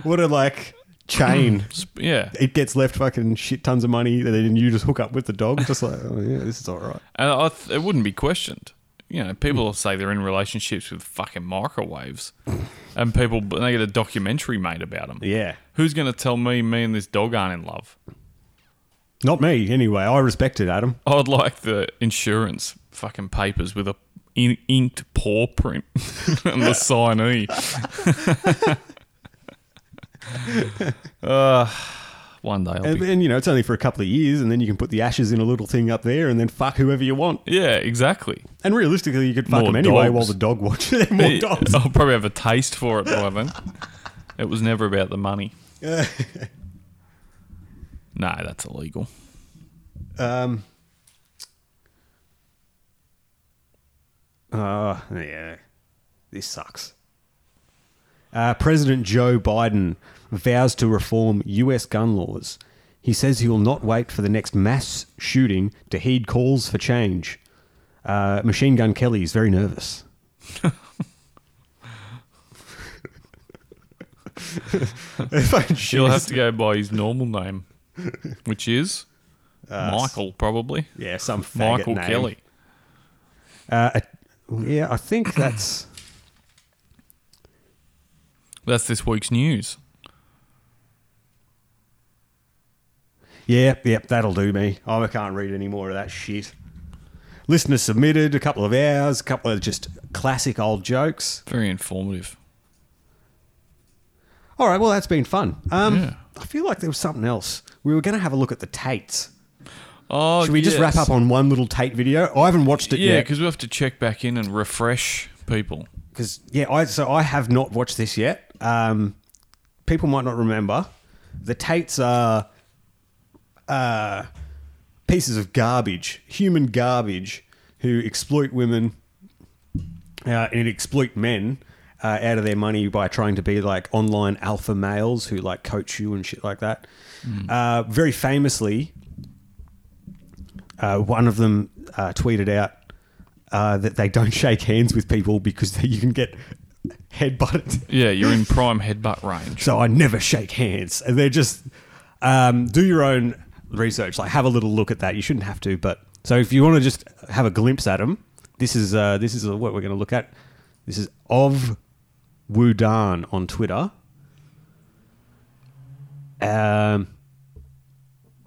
Speaker 1: What a like chain.
Speaker 2: Sp- yeah.
Speaker 1: it gets left fucking shit tons of money, and then you just hook up with the dog. Just like, oh yeah, this is all right.
Speaker 2: And I th- it wouldn't be questioned. You know, people will say they're in relationships with fucking microwaves, and people and they get a documentary made about them.
Speaker 1: Yeah.
Speaker 2: Who's going to tell me me and this dog aren't in love?
Speaker 1: Not me, anyway. I respect it, Adam.
Speaker 2: I'd like the insurance fucking papers with a in- inked paw print and the signee. uh, one day I'll
Speaker 1: And,
Speaker 2: be.
Speaker 1: and, you know, it's only for a couple of years, and then you can put the ashes in a little thing up there, and then fuck whoever you want.
Speaker 2: Yeah, exactly.
Speaker 1: And realistically, you could fuck
Speaker 2: More
Speaker 1: them anyway
Speaker 2: dogs. Oh,
Speaker 1: while the dog watches. More
Speaker 2: Yeah,
Speaker 1: dogs.
Speaker 2: I'll probably have a taste for it by then. It was never about the money. no, that's illegal.
Speaker 1: Um. Oh, yeah. This sucks. Uh, President Joe Biden vows to reform U.S. gun laws. He says he will not wait for the next mass shooting to heed calls for change. Uh, Machine Gun Kelly is very nervous. Fucking
Speaker 2: She'll have
Speaker 1: shit.
Speaker 2: to go by his normal name, which is Michael, probably.
Speaker 1: yeah, some Uh, faggot
Speaker 2: Michael
Speaker 1: name.
Speaker 2: Kelly.
Speaker 1: Uh, I- yeah, I think that's.
Speaker 2: That's this week's news.
Speaker 1: Yep, yep, that'll do me. Oh, I can't read any more of that shit. Listeners submitted a couple of hours, a couple of just classic old jokes.
Speaker 2: Very informative.
Speaker 1: All right, well, that's been fun. Um,
Speaker 2: Yeah.
Speaker 1: I feel like there was something else. We were going to have a look at the Tates.
Speaker 2: Oh,
Speaker 1: Should we just wrap
Speaker 2: yes.
Speaker 1: up on one little Tate video? I haven't watched it
Speaker 2: Yeah,
Speaker 1: yet.
Speaker 2: because we have to check back in and refresh people.
Speaker 1: because yeah, I so I have not watched this yet. Um, people might not remember. The Tates are uh, pieces of garbage, human garbage, who exploit women uh, and exploit men uh, out of their money by trying to be like online alpha males who like coach you and shit like that. Uh, very famously, uh, one of them uh, tweeted out uh, that they don't shake hands with people because they, you can get headbutted.
Speaker 2: Yeah, you're in prime headbutt range.
Speaker 1: So I never shake hands. And they're just um, do your own research. Like have a little look at that. You shouldn't have to, but so if you want to just have a glimpse at them, this is uh, this is what we're going to look at. This is of Wudan on Twitter. Um,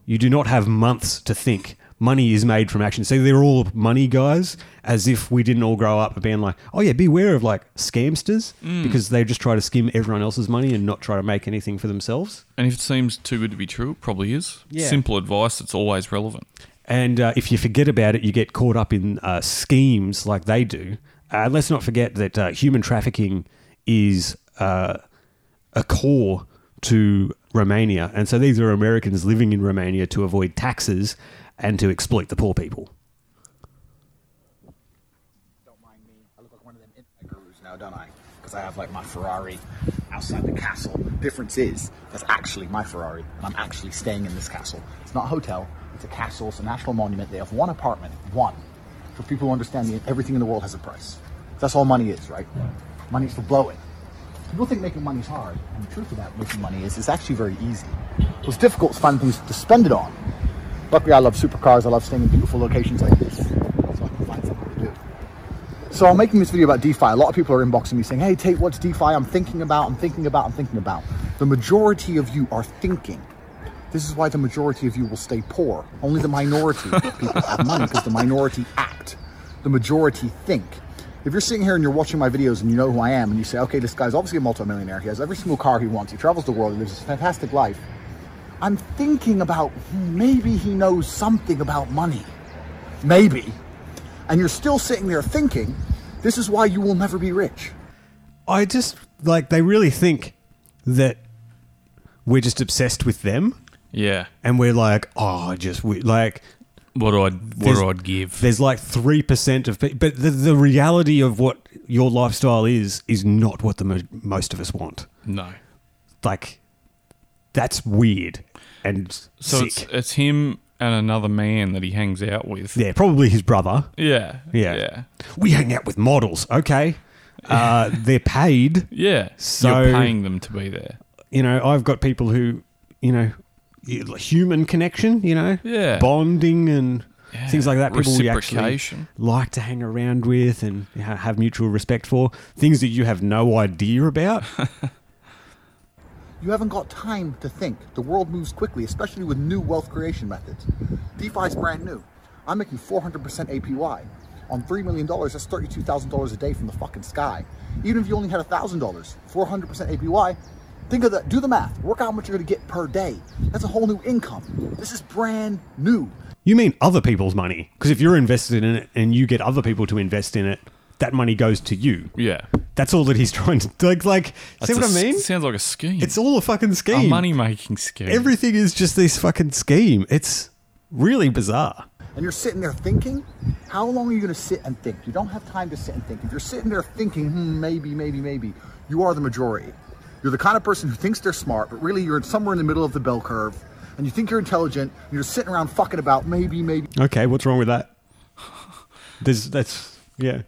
Speaker 1: you do not have months to think. Money is made from action. So they're all money guys, as if we didn't all grow up being like, oh yeah, beware of like scamsters because they just try to skim everyone else's money and not try to make anything for themselves.
Speaker 2: And if it seems too good to be true, it probably is.
Speaker 1: Yeah.
Speaker 2: Simple advice that's always relevant.
Speaker 1: And uh, if you forget about it, you get caught up in uh, schemes like they do. Uh, let's not forget that uh, human trafficking is uh, a core to Romania. And so these are Americans living in Romania to avoid taxes and to exploit the poor people.
Speaker 5: Don't mind me. I look like one of them internet gurus now, don't I? Because I have like my Ferrari outside the castle. Difference is, that's actually my Ferrari, and I'm actually staying in this castle. It's not a hotel. It's a castle. It's a national monument. They have one apartment, one. For people who understand that everything in the world has a price. That's all money is, right? Money's for blowing. People think making money's hard, and the truth of that, making money is, it's actually very easy. What's difficult is find things to spend it on. Luckily, I love supercars. I love staying in beautiful locations like this, so I can find something to do. So I'm making this video about DeFi. A lot of people are inboxing me saying, hey, Tate, what's DeFi? I'm thinking about, I'm thinking about, I'm thinking about. The majority of you are thinking. This is why the majority of you will stay poor. Only the minority of people have money because the minority act. The majority think. If you're sitting here and you're watching my videos and you know who I am and you say, okay, this guy's obviously a multimillionaire. He has every single car he wants. He travels the world. He lives a fantastic life. I'm thinking about hmm, maybe he knows something about money. Maybe. And you're still sitting there thinking, this is why you will never be rich.
Speaker 1: I just like they really think that we're just obsessed with them,
Speaker 2: Yeah.
Speaker 1: and we're like, oh, just we like.
Speaker 2: What I'd what
Speaker 1: there's-
Speaker 2: I'd give.
Speaker 1: There's like three percent of people, but the, the reality of what your lifestyle is is not what the mo- most of us want.
Speaker 2: No.
Speaker 1: Like, that's weird. and
Speaker 2: So
Speaker 1: sick.
Speaker 2: it's it's him and another man that he hangs out with.
Speaker 1: yeah, probably his brother.
Speaker 2: Yeah.
Speaker 1: Yeah.
Speaker 2: Yeah.
Speaker 1: We hang out with models, okay? Uh, they're paid.
Speaker 2: Yeah.
Speaker 1: So-
Speaker 2: You're paying them to be there.
Speaker 1: You know, I've got people who, you know, human connection. You know,
Speaker 2: Yeah.
Speaker 1: bonding and things like that. People we actually
Speaker 2: Reciprocation.
Speaker 1: like to hang around with and ha- have mutual respect for things that you have no idea about.
Speaker 5: You haven't got time to think. The world moves quickly, especially with new wealth creation methods. DeFi's brand new. I'm making 400% APY. On $3 million, that's $32,000 a day from the fucking sky. Even if you only had $1,000, 400% APY, think of that. Do the math. Work out how much you're going to get per day. That's a whole new income. This is brand new.
Speaker 1: you mean other people's money? Because if you're invested in it and you get other people to invest in it, that money goes to you.
Speaker 2: Yeah.
Speaker 1: That's all that he's trying to like. Like, see
Speaker 2: That's
Speaker 1: what
Speaker 2: a
Speaker 1: I
Speaker 2: s-
Speaker 1: mean?
Speaker 2: Sounds like a scheme.
Speaker 1: It's all a fucking scheme.
Speaker 2: a money making scheme.
Speaker 1: Everything is just this fucking scheme. It's really bizarre.
Speaker 5: and you're sitting there thinking, how long are you going to sit and think? You don't have time to sit and think. If you're sitting there thinking, hmm, maybe, maybe, maybe, you are the majority. You're the kind of person who thinks they're smart, but really you're somewhere in the middle of the bell curve, and you think you're intelligent, and you're sitting around fucking about maybe, maybe,
Speaker 1: Okay, what's wrong with that? There's that's yeah.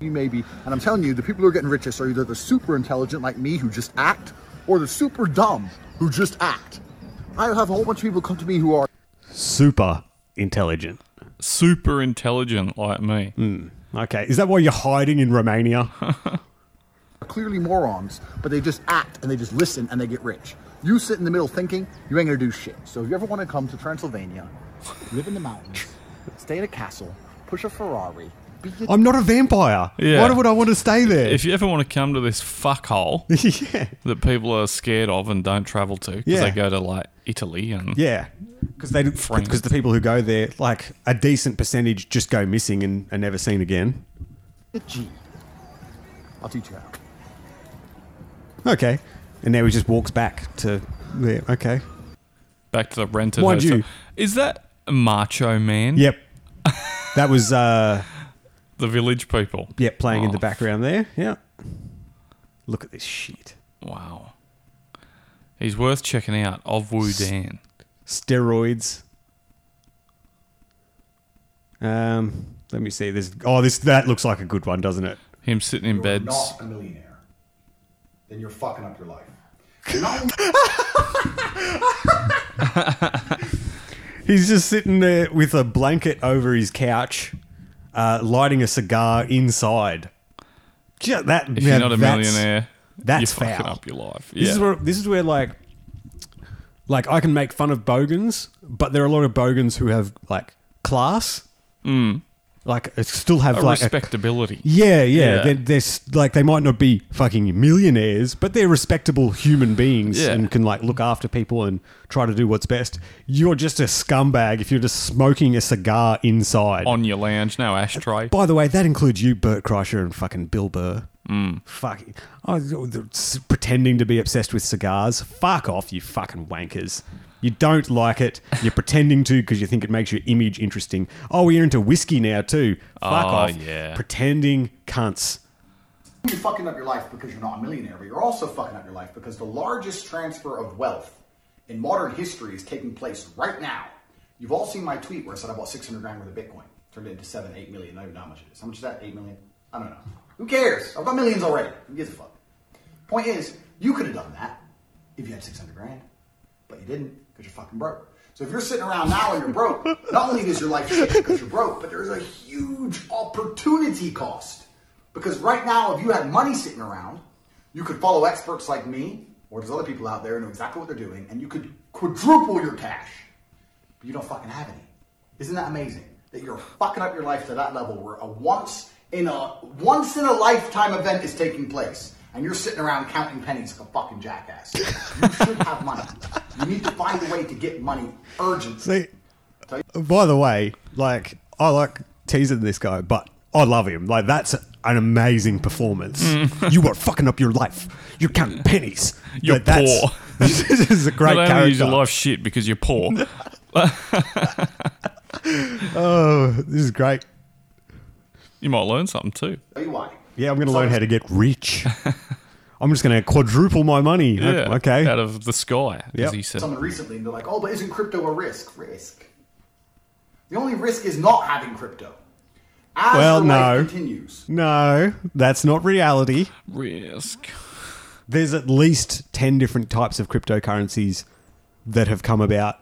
Speaker 5: maybe. And I'm telling you, the people who are getting richest are either the super intelligent like me who just act, or the super dumb who just act. I have a whole bunch of people come to me who are
Speaker 1: Super intelligent.
Speaker 2: Super intelligent like me.
Speaker 1: Okay, is that why you're hiding in Romania?
Speaker 5: clearly morons, but they just act and they just listen and they get rich. You sit in the middle thinking you ain't gonna do shit. So if you ever want to come to Transylvania, live in the mountains, stay in a castle, push a Ferrari, be a
Speaker 1: I'm not a vampire.
Speaker 2: Yeah.
Speaker 1: Why would I want to stay there?
Speaker 2: If you ever want to come to this fuckhole
Speaker 1: yeah,
Speaker 2: that people are scared of and don't travel to because
Speaker 1: Yeah.
Speaker 2: they go to like Italy and
Speaker 1: yeah, because they
Speaker 2: Frank.
Speaker 1: because the people who go there, like a decent percentage, just go missing and are never seen again.
Speaker 5: a G. I'll teach you how.
Speaker 1: Okay, and now he just walks back to there. Okay,
Speaker 2: back to the rented
Speaker 1: Mind
Speaker 2: hotel.
Speaker 1: you-
Speaker 2: Is that Macho Man?
Speaker 1: yep, that was uh,
Speaker 2: The village people.
Speaker 1: yep playing in the
Speaker 2: Oh,
Speaker 1: background there. Yeah, look at this shit.
Speaker 2: Wow. He's worth checking out. Of Wu Dan.
Speaker 1: steroids. Um, let me see. This oh, this that looks like a good one, doesn't it?
Speaker 2: Him sitting in bed. s-
Speaker 5: a millionaire. Then you're fucking up your life.
Speaker 1: He's just sitting there with a blanket over his couch, uh, lighting a cigar inside. Ju- that
Speaker 2: If
Speaker 1: yeah,
Speaker 2: you're not a
Speaker 1: that's-
Speaker 2: millionaire,
Speaker 1: that's
Speaker 2: you're fucking
Speaker 1: foul.
Speaker 2: up your life.
Speaker 1: This
Speaker 2: Yeah.
Speaker 1: is where this is where like, like I can make fun of bogans, but there are a lot of bogans who have like class,
Speaker 2: Hmm.
Speaker 1: like uh, still have
Speaker 2: A
Speaker 1: like a
Speaker 2: respectability.
Speaker 1: Yeah, yeah.
Speaker 2: Yeah.
Speaker 1: They're, they're s- like they might not be fucking millionaires, but they're respectable human beings
Speaker 2: Yeah.
Speaker 1: and can like look after people and try to do what's best. You're just a scumbag if you're just smoking a cigar inside.
Speaker 2: on your lounge, no ashtray.
Speaker 1: By the way, that includes you, Bert Kreischer, and fucking Bill Burr. Mm. Fuck. Oh, they're s- pretending to be obsessed with cigars. Fuck off, you fucking wankers. You don't like it. You're pretending to because you think it makes your image interesting. Oh, we're into whiskey now, too. Fuck off.
Speaker 2: Ah, yeah.
Speaker 1: Pretending cunts.
Speaker 5: You're fucking up your life because you're not a millionaire, but you're also fucking up your life because the largest transfer of wealth in modern history is taking place right now. You've all seen my tweet where I said I bought 600 grand worth of Bitcoin, turned it into seven, eight million. I don't even know how much it is. How much is that? Eight million? I don't know. Who cares? I've got millions already. Who gives a fuck? Point is, you could have done that if you had 600 grand, but you didn't because you're fucking broke. So if you're sitting around now and you're broke, not only is your life shit because you're broke, but there's a huge opportunity cost. Because right now, if you had money sitting around, you could follow experts like me, or there's other people out there who know exactly what they're doing, and you could quadruple your cash. But you don't fucking have any. Isn't that amazing? That you're fucking up your life to that level where a once in a once in a lifetime event is taking place. And you're sitting around counting pennies like a fucking jackass. You should have money. You need to find a way to get money urgently.
Speaker 1: See, by the way, like I like teasing this guy, but I love him. Like that's an amazing performance. you are fucking up your life. You're counting pennies.
Speaker 2: Mm. You're
Speaker 1: Like, that's-
Speaker 2: poor.
Speaker 1: this is a great
Speaker 2: Not only
Speaker 1: character.
Speaker 2: is your life shit because you're poor.
Speaker 1: Oh, this is great.
Speaker 2: you might learn something too.
Speaker 5: Tell you why.
Speaker 1: Yeah, I'm going to learn how to get rich. I'm just going to quadruple my money.
Speaker 2: Yeah,
Speaker 1: Okay.
Speaker 2: Out of the sky,
Speaker 1: Yep.
Speaker 2: as he said.
Speaker 5: someone recently and they're like, oh, but isn't crypto a risk? Risk. The only risk is not having crypto. As
Speaker 1: Well,
Speaker 5: your life
Speaker 1: no.
Speaker 5: continues.
Speaker 1: No, that's not reality.
Speaker 2: Risk.
Speaker 1: There's at least 10 different types of cryptocurrencies that have come about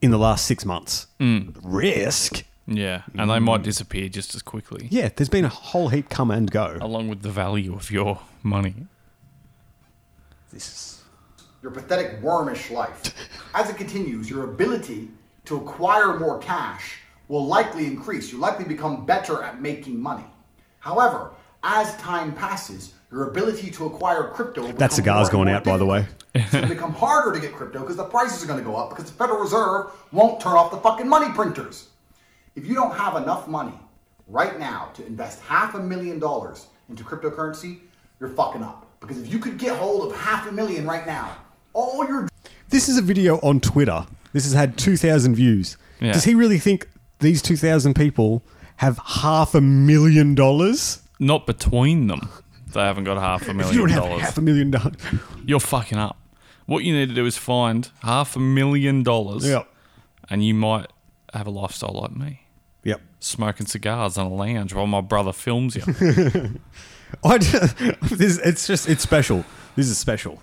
Speaker 1: in the last six months.
Speaker 2: Mm.
Speaker 1: Risk?
Speaker 2: Yeah, and they might disappear just as quickly,
Speaker 1: Yeah, there's been a whole heap come and go.
Speaker 2: along with the value of your money.
Speaker 1: This is-
Speaker 5: your pathetic wormish life. As it continues, your ability to acquire more cash will likely increase. You'll likely become better at making money. However, as time passes, your ability to acquire crypto will
Speaker 1: That
Speaker 5: become
Speaker 1: cigar's
Speaker 5: more
Speaker 1: gone
Speaker 5: and more
Speaker 1: out, by the way.
Speaker 5: difficult. It'll become harder to get crypto because the prices are going to go up because the Federal Reserve won't turn off the fucking money printers. If you don't have enough money right now to invest half a million dollars into cryptocurrency, you're fucking up. Because if you could get hold of half a million right now, all your
Speaker 1: This is a video on Twitter. This has had 2,000 views.
Speaker 2: Yeah.
Speaker 1: Does he really think these 2,000 people have half a million dollars?
Speaker 2: Not between them, they haven't got
Speaker 1: If
Speaker 2: half a
Speaker 1: you
Speaker 2: million
Speaker 1: don't have
Speaker 2: dollars.
Speaker 1: half a million dollars.
Speaker 2: You're fucking up. What you need to do is find half a million dollars,
Speaker 1: Yep.
Speaker 2: and you might have a lifestyle like me,
Speaker 1: Yep.
Speaker 2: smoking cigars on a lounge while my brother films you.
Speaker 1: I just, this, it's just, it's special. This is special.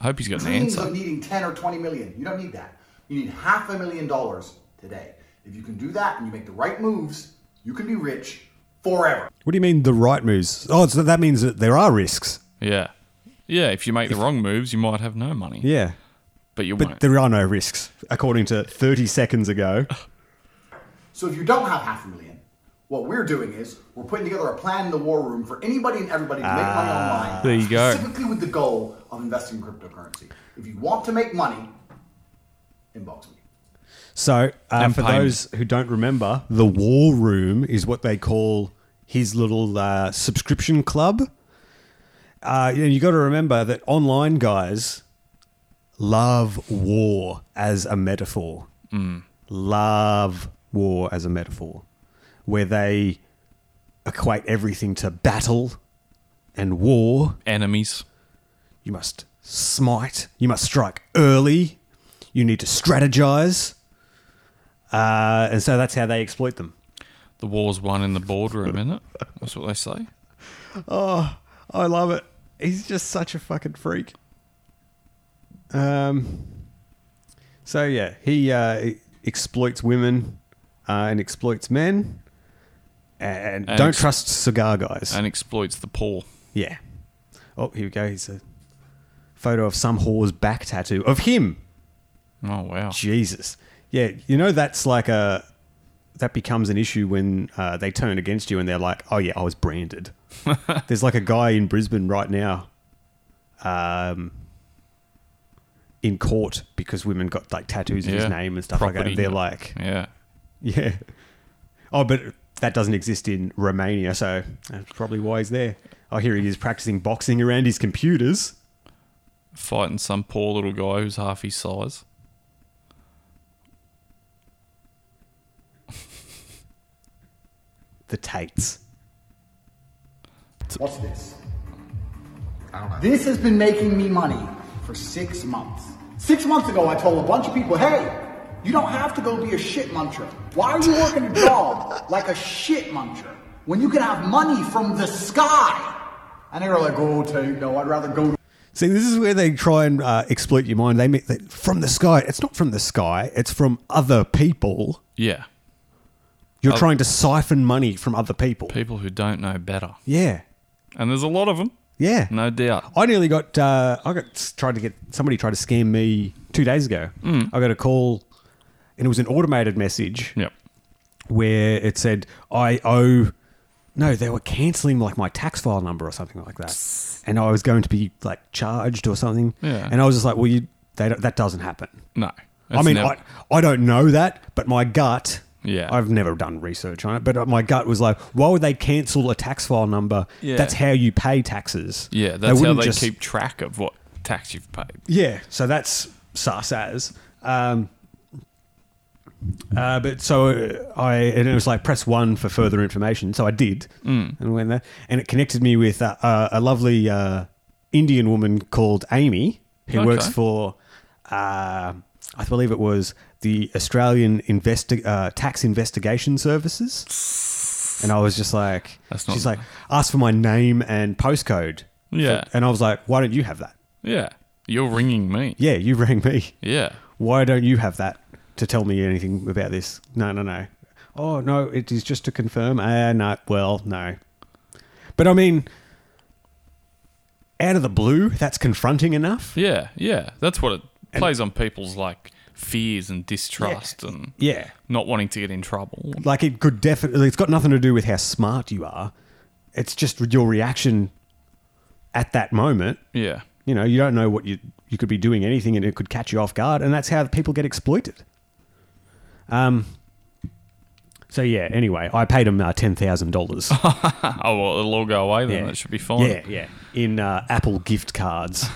Speaker 2: I hope he's got an
Speaker 5: dreams
Speaker 2: answer.
Speaker 5: of needing 10 or 20 million. You don't need that. You need half a million dollars today. If you can do that and you make the right moves, you can be rich forever.
Speaker 1: What do you mean the right moves? Oh, so that means that there are risks.
Speaker 2: Yeah, yeah. If you make the wrong moves, you might have no money.
Speaker 1: Yeah.
Speaker 2: but you
Speaker 1: But
Speaker 2: won't.
Speaker 1: there are no risks, according to 30 seconds ago.
Speaker 5: So if you don't have half a million, what we're doing is we're putting together a plan in the war room for anybody and everybody to make money online.
Speaker 2: Ah, There you go.
Speaker 5: Specifically with the goal of investing in cryptocurrency. If you want to make money, inbox me.
Speaker 1: So, uh,
Speaker 2: And
Speaker 1: for
Speaker 2: payment.
Speaker 1: those who don't remember, the War Room is what they call his little uh, subscription club. Uh, you, know, you got to remember that online guys love war as a metaphor. Love war as a metaphor, where they equate everything to battle and war
Speaker 2: Enemies.
Speaker 1: you must smite. You must strike early. You need to strategize. Uh, and so that's how they exploit them.
Speaker 2: The war's won in the boardroom, isn't it? That's what they say.
Speaker 1: I love it. He's just such a fucking freak. Um. So yeah, he uh, exploits women uh, and exploits men, and,
Speaker 2: And
Speaker 1: don't
Speaker 2: ex-
Speaker 1: trust cigar guys.
Speaker 2: And exploits the poor.
Speaker 1: yeah. Oh, here we go. He's a photo of some whore's back tattoo of him.
Speaker 2: Oh wow.
Speaker 1: Jesus. Yeah, you know that's like a that becomes an issue when uh, they turn against you and they're like, "Oh yeah, I was branded." There's like a guy in Brisbane right now, um, in court because women got like tattoos of his
Speaker 2: Yeah.
Speaker 1: name and stuff like that.
Speaker 2: Property.
Speaker 1: And they're like,
Speaker 2: Yeah.
Speaker 1: "Yeah, oh, but that doesn't exist in Romania, so that's probably why he's there." Oh, here he is practicing boxing around his computers.
Speaker 2: Fighting some poor little guy who's half his size.
Speaker 1: The Tates.
Speaker 5: What's this? This has been making me money for six months. Six months ago, I told a bunch of people, hey, you don't have to go be a shit muncher. Why are you working a job like a shit muncher when you can have money from the sky? And they were like, oh, Tate, no, I'd rather go to
Speaker 1: See, this is where they try and uh, exploit your mind. They make that from the sky. It's not from the sky. It's from other people.
Speaker 2: Yeah. Oh.
Speaker 1: You're trying to siphon money from other people.
Speaker 2: People who don't know better.
Speaker 1: yeah,
Speaker 2: And there's a lot of them.
Speaker 1: yeah.
Speaker 2: No doubt.
Speaker 1: I nearly got. Uh, I got tried to get somebody tried to scam me two days ago.
Speaker 2: Mm.
Speaker 1: I got a call, and it was an automated message
Speaker 2: Yep.
Speaker 1: where it said I owe. No, they were cancelling like my tax file number or something like that, and I was going to be like charged or something.
Speaker 2: Yeah.
Speaker 1: And I was just like, well, you they don't, that doesn't happen.
Speaker 2: No.
Speaker 1: I
Speaker 2: It's
Speaker 1: mean,
Speaker 2: never-
Speaker 1: I, I don't know that, but my gut.
Speaker 2: Yeah.
Speaker 1: I've never done research on it, but uh, my gut was like, why would they cancel a tax file number?
Speaker 2: Yeah.
Speaker 1: That's how you pay taxes.
Speaker 2: yeah, that's how
Speaker 1: wouldn't
Speaker 2: they keep track of what tax you've paid.
Speaker 1: Yeah, so that's sus as. Um, uh, but so uh, I and it was like press one for further
Speaker 2: Mm.
Speaker 1: information. So I did, and went there, and it connected me with uh, uh, a lovely uh, Indian woman called Amy who
Speaker 2: Okay.
Speaker 1: works for, uh, I believe it was the Australian investi- uh, Tax Investigation Services. And I was just like,
Speaker 2: That's not-
Speaker 1: she's like, asked for my name and postcode.
Speaker 2: Yeah.
Speaker 1: And I was like, why don't you have that?
Speaker 2: Yeah. You're ringing me.
Speaker 1: Yeah, you rang me.
Speaker 2: Yeah.
Speaker 1: Why don't you have that to tell me anything about this? No, no, no. Oh, no, it is just to confirm. Ah, no, well, no. But I mean, out of the blue, that's confronting enough.
Speaker 2: Yeah. Yeah. That's what it plays on people's like fears and distrust and
Speaker 1: Yeah.
Speaker 2: not wanting to get in trouble.
Speaker 1: Like, it could definitely, it's got nothing to do with how smart you are. It's just your reaction at that moment.
Speaker 2: Yeah.
Speaker 1: You know, you don't know what you, you could be doing anything and it could catch you off guard. And that's how people get exploited. Um, so, yeah, anyway, I paid him uh, $10,000.
Speaker 2: Oh well, it'll all go away then.
Speaker 1: Yeah.
Speaker 2: That should be fine.
Speaker 1: Yeah, yeah. In uh, Apple gift cards.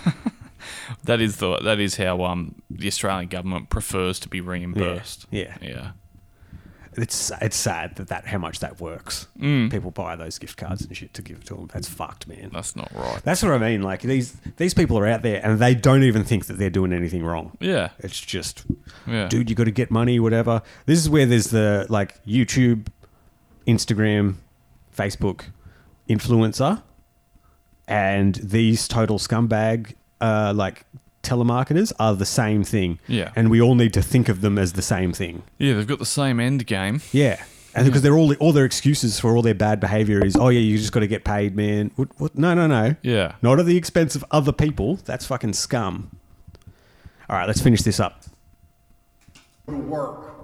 Speaker 2: That is the that is how um the Australian government prefers to be reimbursed.
Speaker 1: Yeah.
Speaker 2: Yeah.
Speaker 1: it's it's sad that, that how much that works. People buy those gift cards and shit to give to them. That's fucked, man.
Speaker 2: Mm. That's not right.
Speaker 1: That's what I mean. Like these these people are out there and they don't even think that they're doing anything wrong.
Speaker 2: Yeah.
Speaker 1: It's just,
Speaker 2: Yeah.
Speaker 1: dude, you got to get money, whatever. This is where there's the like YouTube, Instagram, Facebook influencer, and these total scumbag uh, like telemarketers are the same thing.
Speaker 2: Yeah.
Speaker 1: and we all need to think of them as the same thing.
Speaker 2: Yeah, they've got the same end game.
Speaker 1: Yeah. And because they're all all their excuses for all their bad behavior is, oh yeah, you just got to get paid, man. What, what? No, no, no.
Speaker 2: Yeah.
Speaker 1: Not at the expense of other people. That's fucking scum. All right, let's finish this up.
Speaker 5: to work.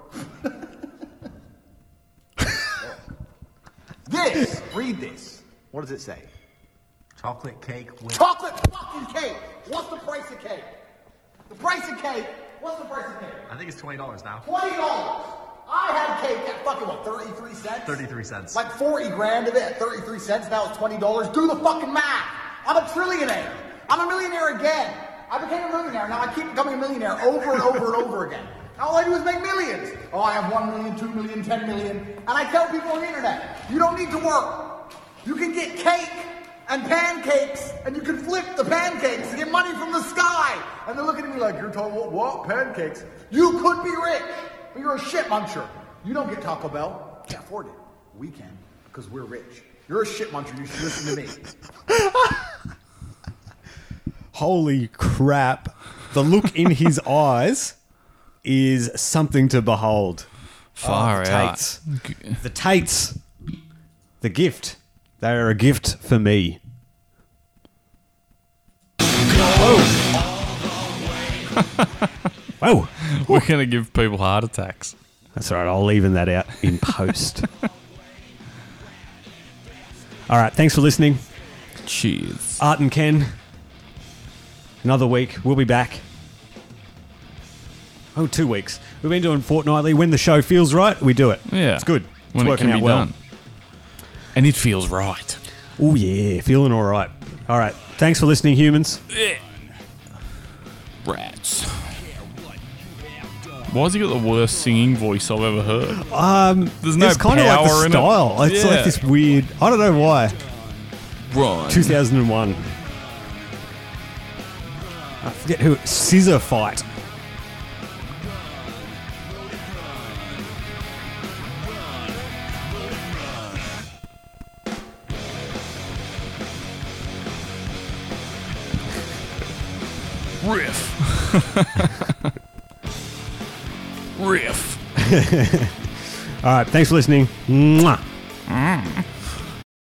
Speaker 5: this, read this. What does it say?
Speaker 6: Chocolate cake with
Speaker 5: Chocolate fucking cake. What's the price of cake? The price of cake. What's the price of cake?
Speaker 6: I think it's twenty dollars now.
Speaker 5: Twenty dollars. I had cake at fucking what? Thirty-three cents.
Speaker 6: 33 cents.
Speaker 5: Like forty grand of it at thirty-three cents. Now it's twenty dollars. Do the fucking math. I'm a trillionaire. I'm a millionaire again. I became a millionaire. Now I keep becoming a millionaire over and over and over again. Now all I do is make millions. Oh, I have one million, two million, ten million, and I tell people on the internet, you don't need to work. You can get cake and pancakes, and you can flip the pancakes and get money from the sky. And they're looking at me like, you're talking what, what? Pancakes? You could be rich, but you're a shit muncher. You don't get Taco Bell. Can't afford it. We can, because we're rich. You're a shit muncher. You should listen to me.
Speaker 1: Holy crap! The look in his eyes is something to behold.
Speaker 2: Far
Speaker 1: the
Speaker 2: out.
Speaker 1: Tates. The Tates, the gift. They are a gift for me. Whoa! Whoa!
Speaker 2: We're gonna give people heart attacks.
Speaker 1: That's all right. I'll leaven that out in post. all right. Thanks for listening,
Speaker 2: Cheers.
Speaker 1: Art and Ken. Another week. We'll be back. Oh, two weeks. We've been doing fortnightly. When the show feels right, we do it.
Speaker 2: Yeah.
Speaker 1: it's good. it's
Speaker 2: When it
Speaker 1: working
Speaker 2: can
Speaker 1: out
Speaker 2: be
Speaker 1: well.
Speaker 2: done. And it feels right.
Speaker 1: Oh yeah, feeling all right. All right. Thanks for listening, humans.
Speaker 2: Rats. Why's he got the worst singing voice I've ever heard?
Speaker 1: Um,
Speaker 2: There's no
Speaker 1: it's kind of like
Speaker 2: power
Speaker 1: the
Speaker 2: in it.
Speaker 1: style. It's
Speaker 2: Yeah.
Speaker 1: like this weird. I don't know why.
Speaker 2: Run.
Speaker 1: 2001. I forget who. Scissor fight.
Speaker 2: Riff. Riff.
Speaker 1: All right. Thanks for listening. Mwah.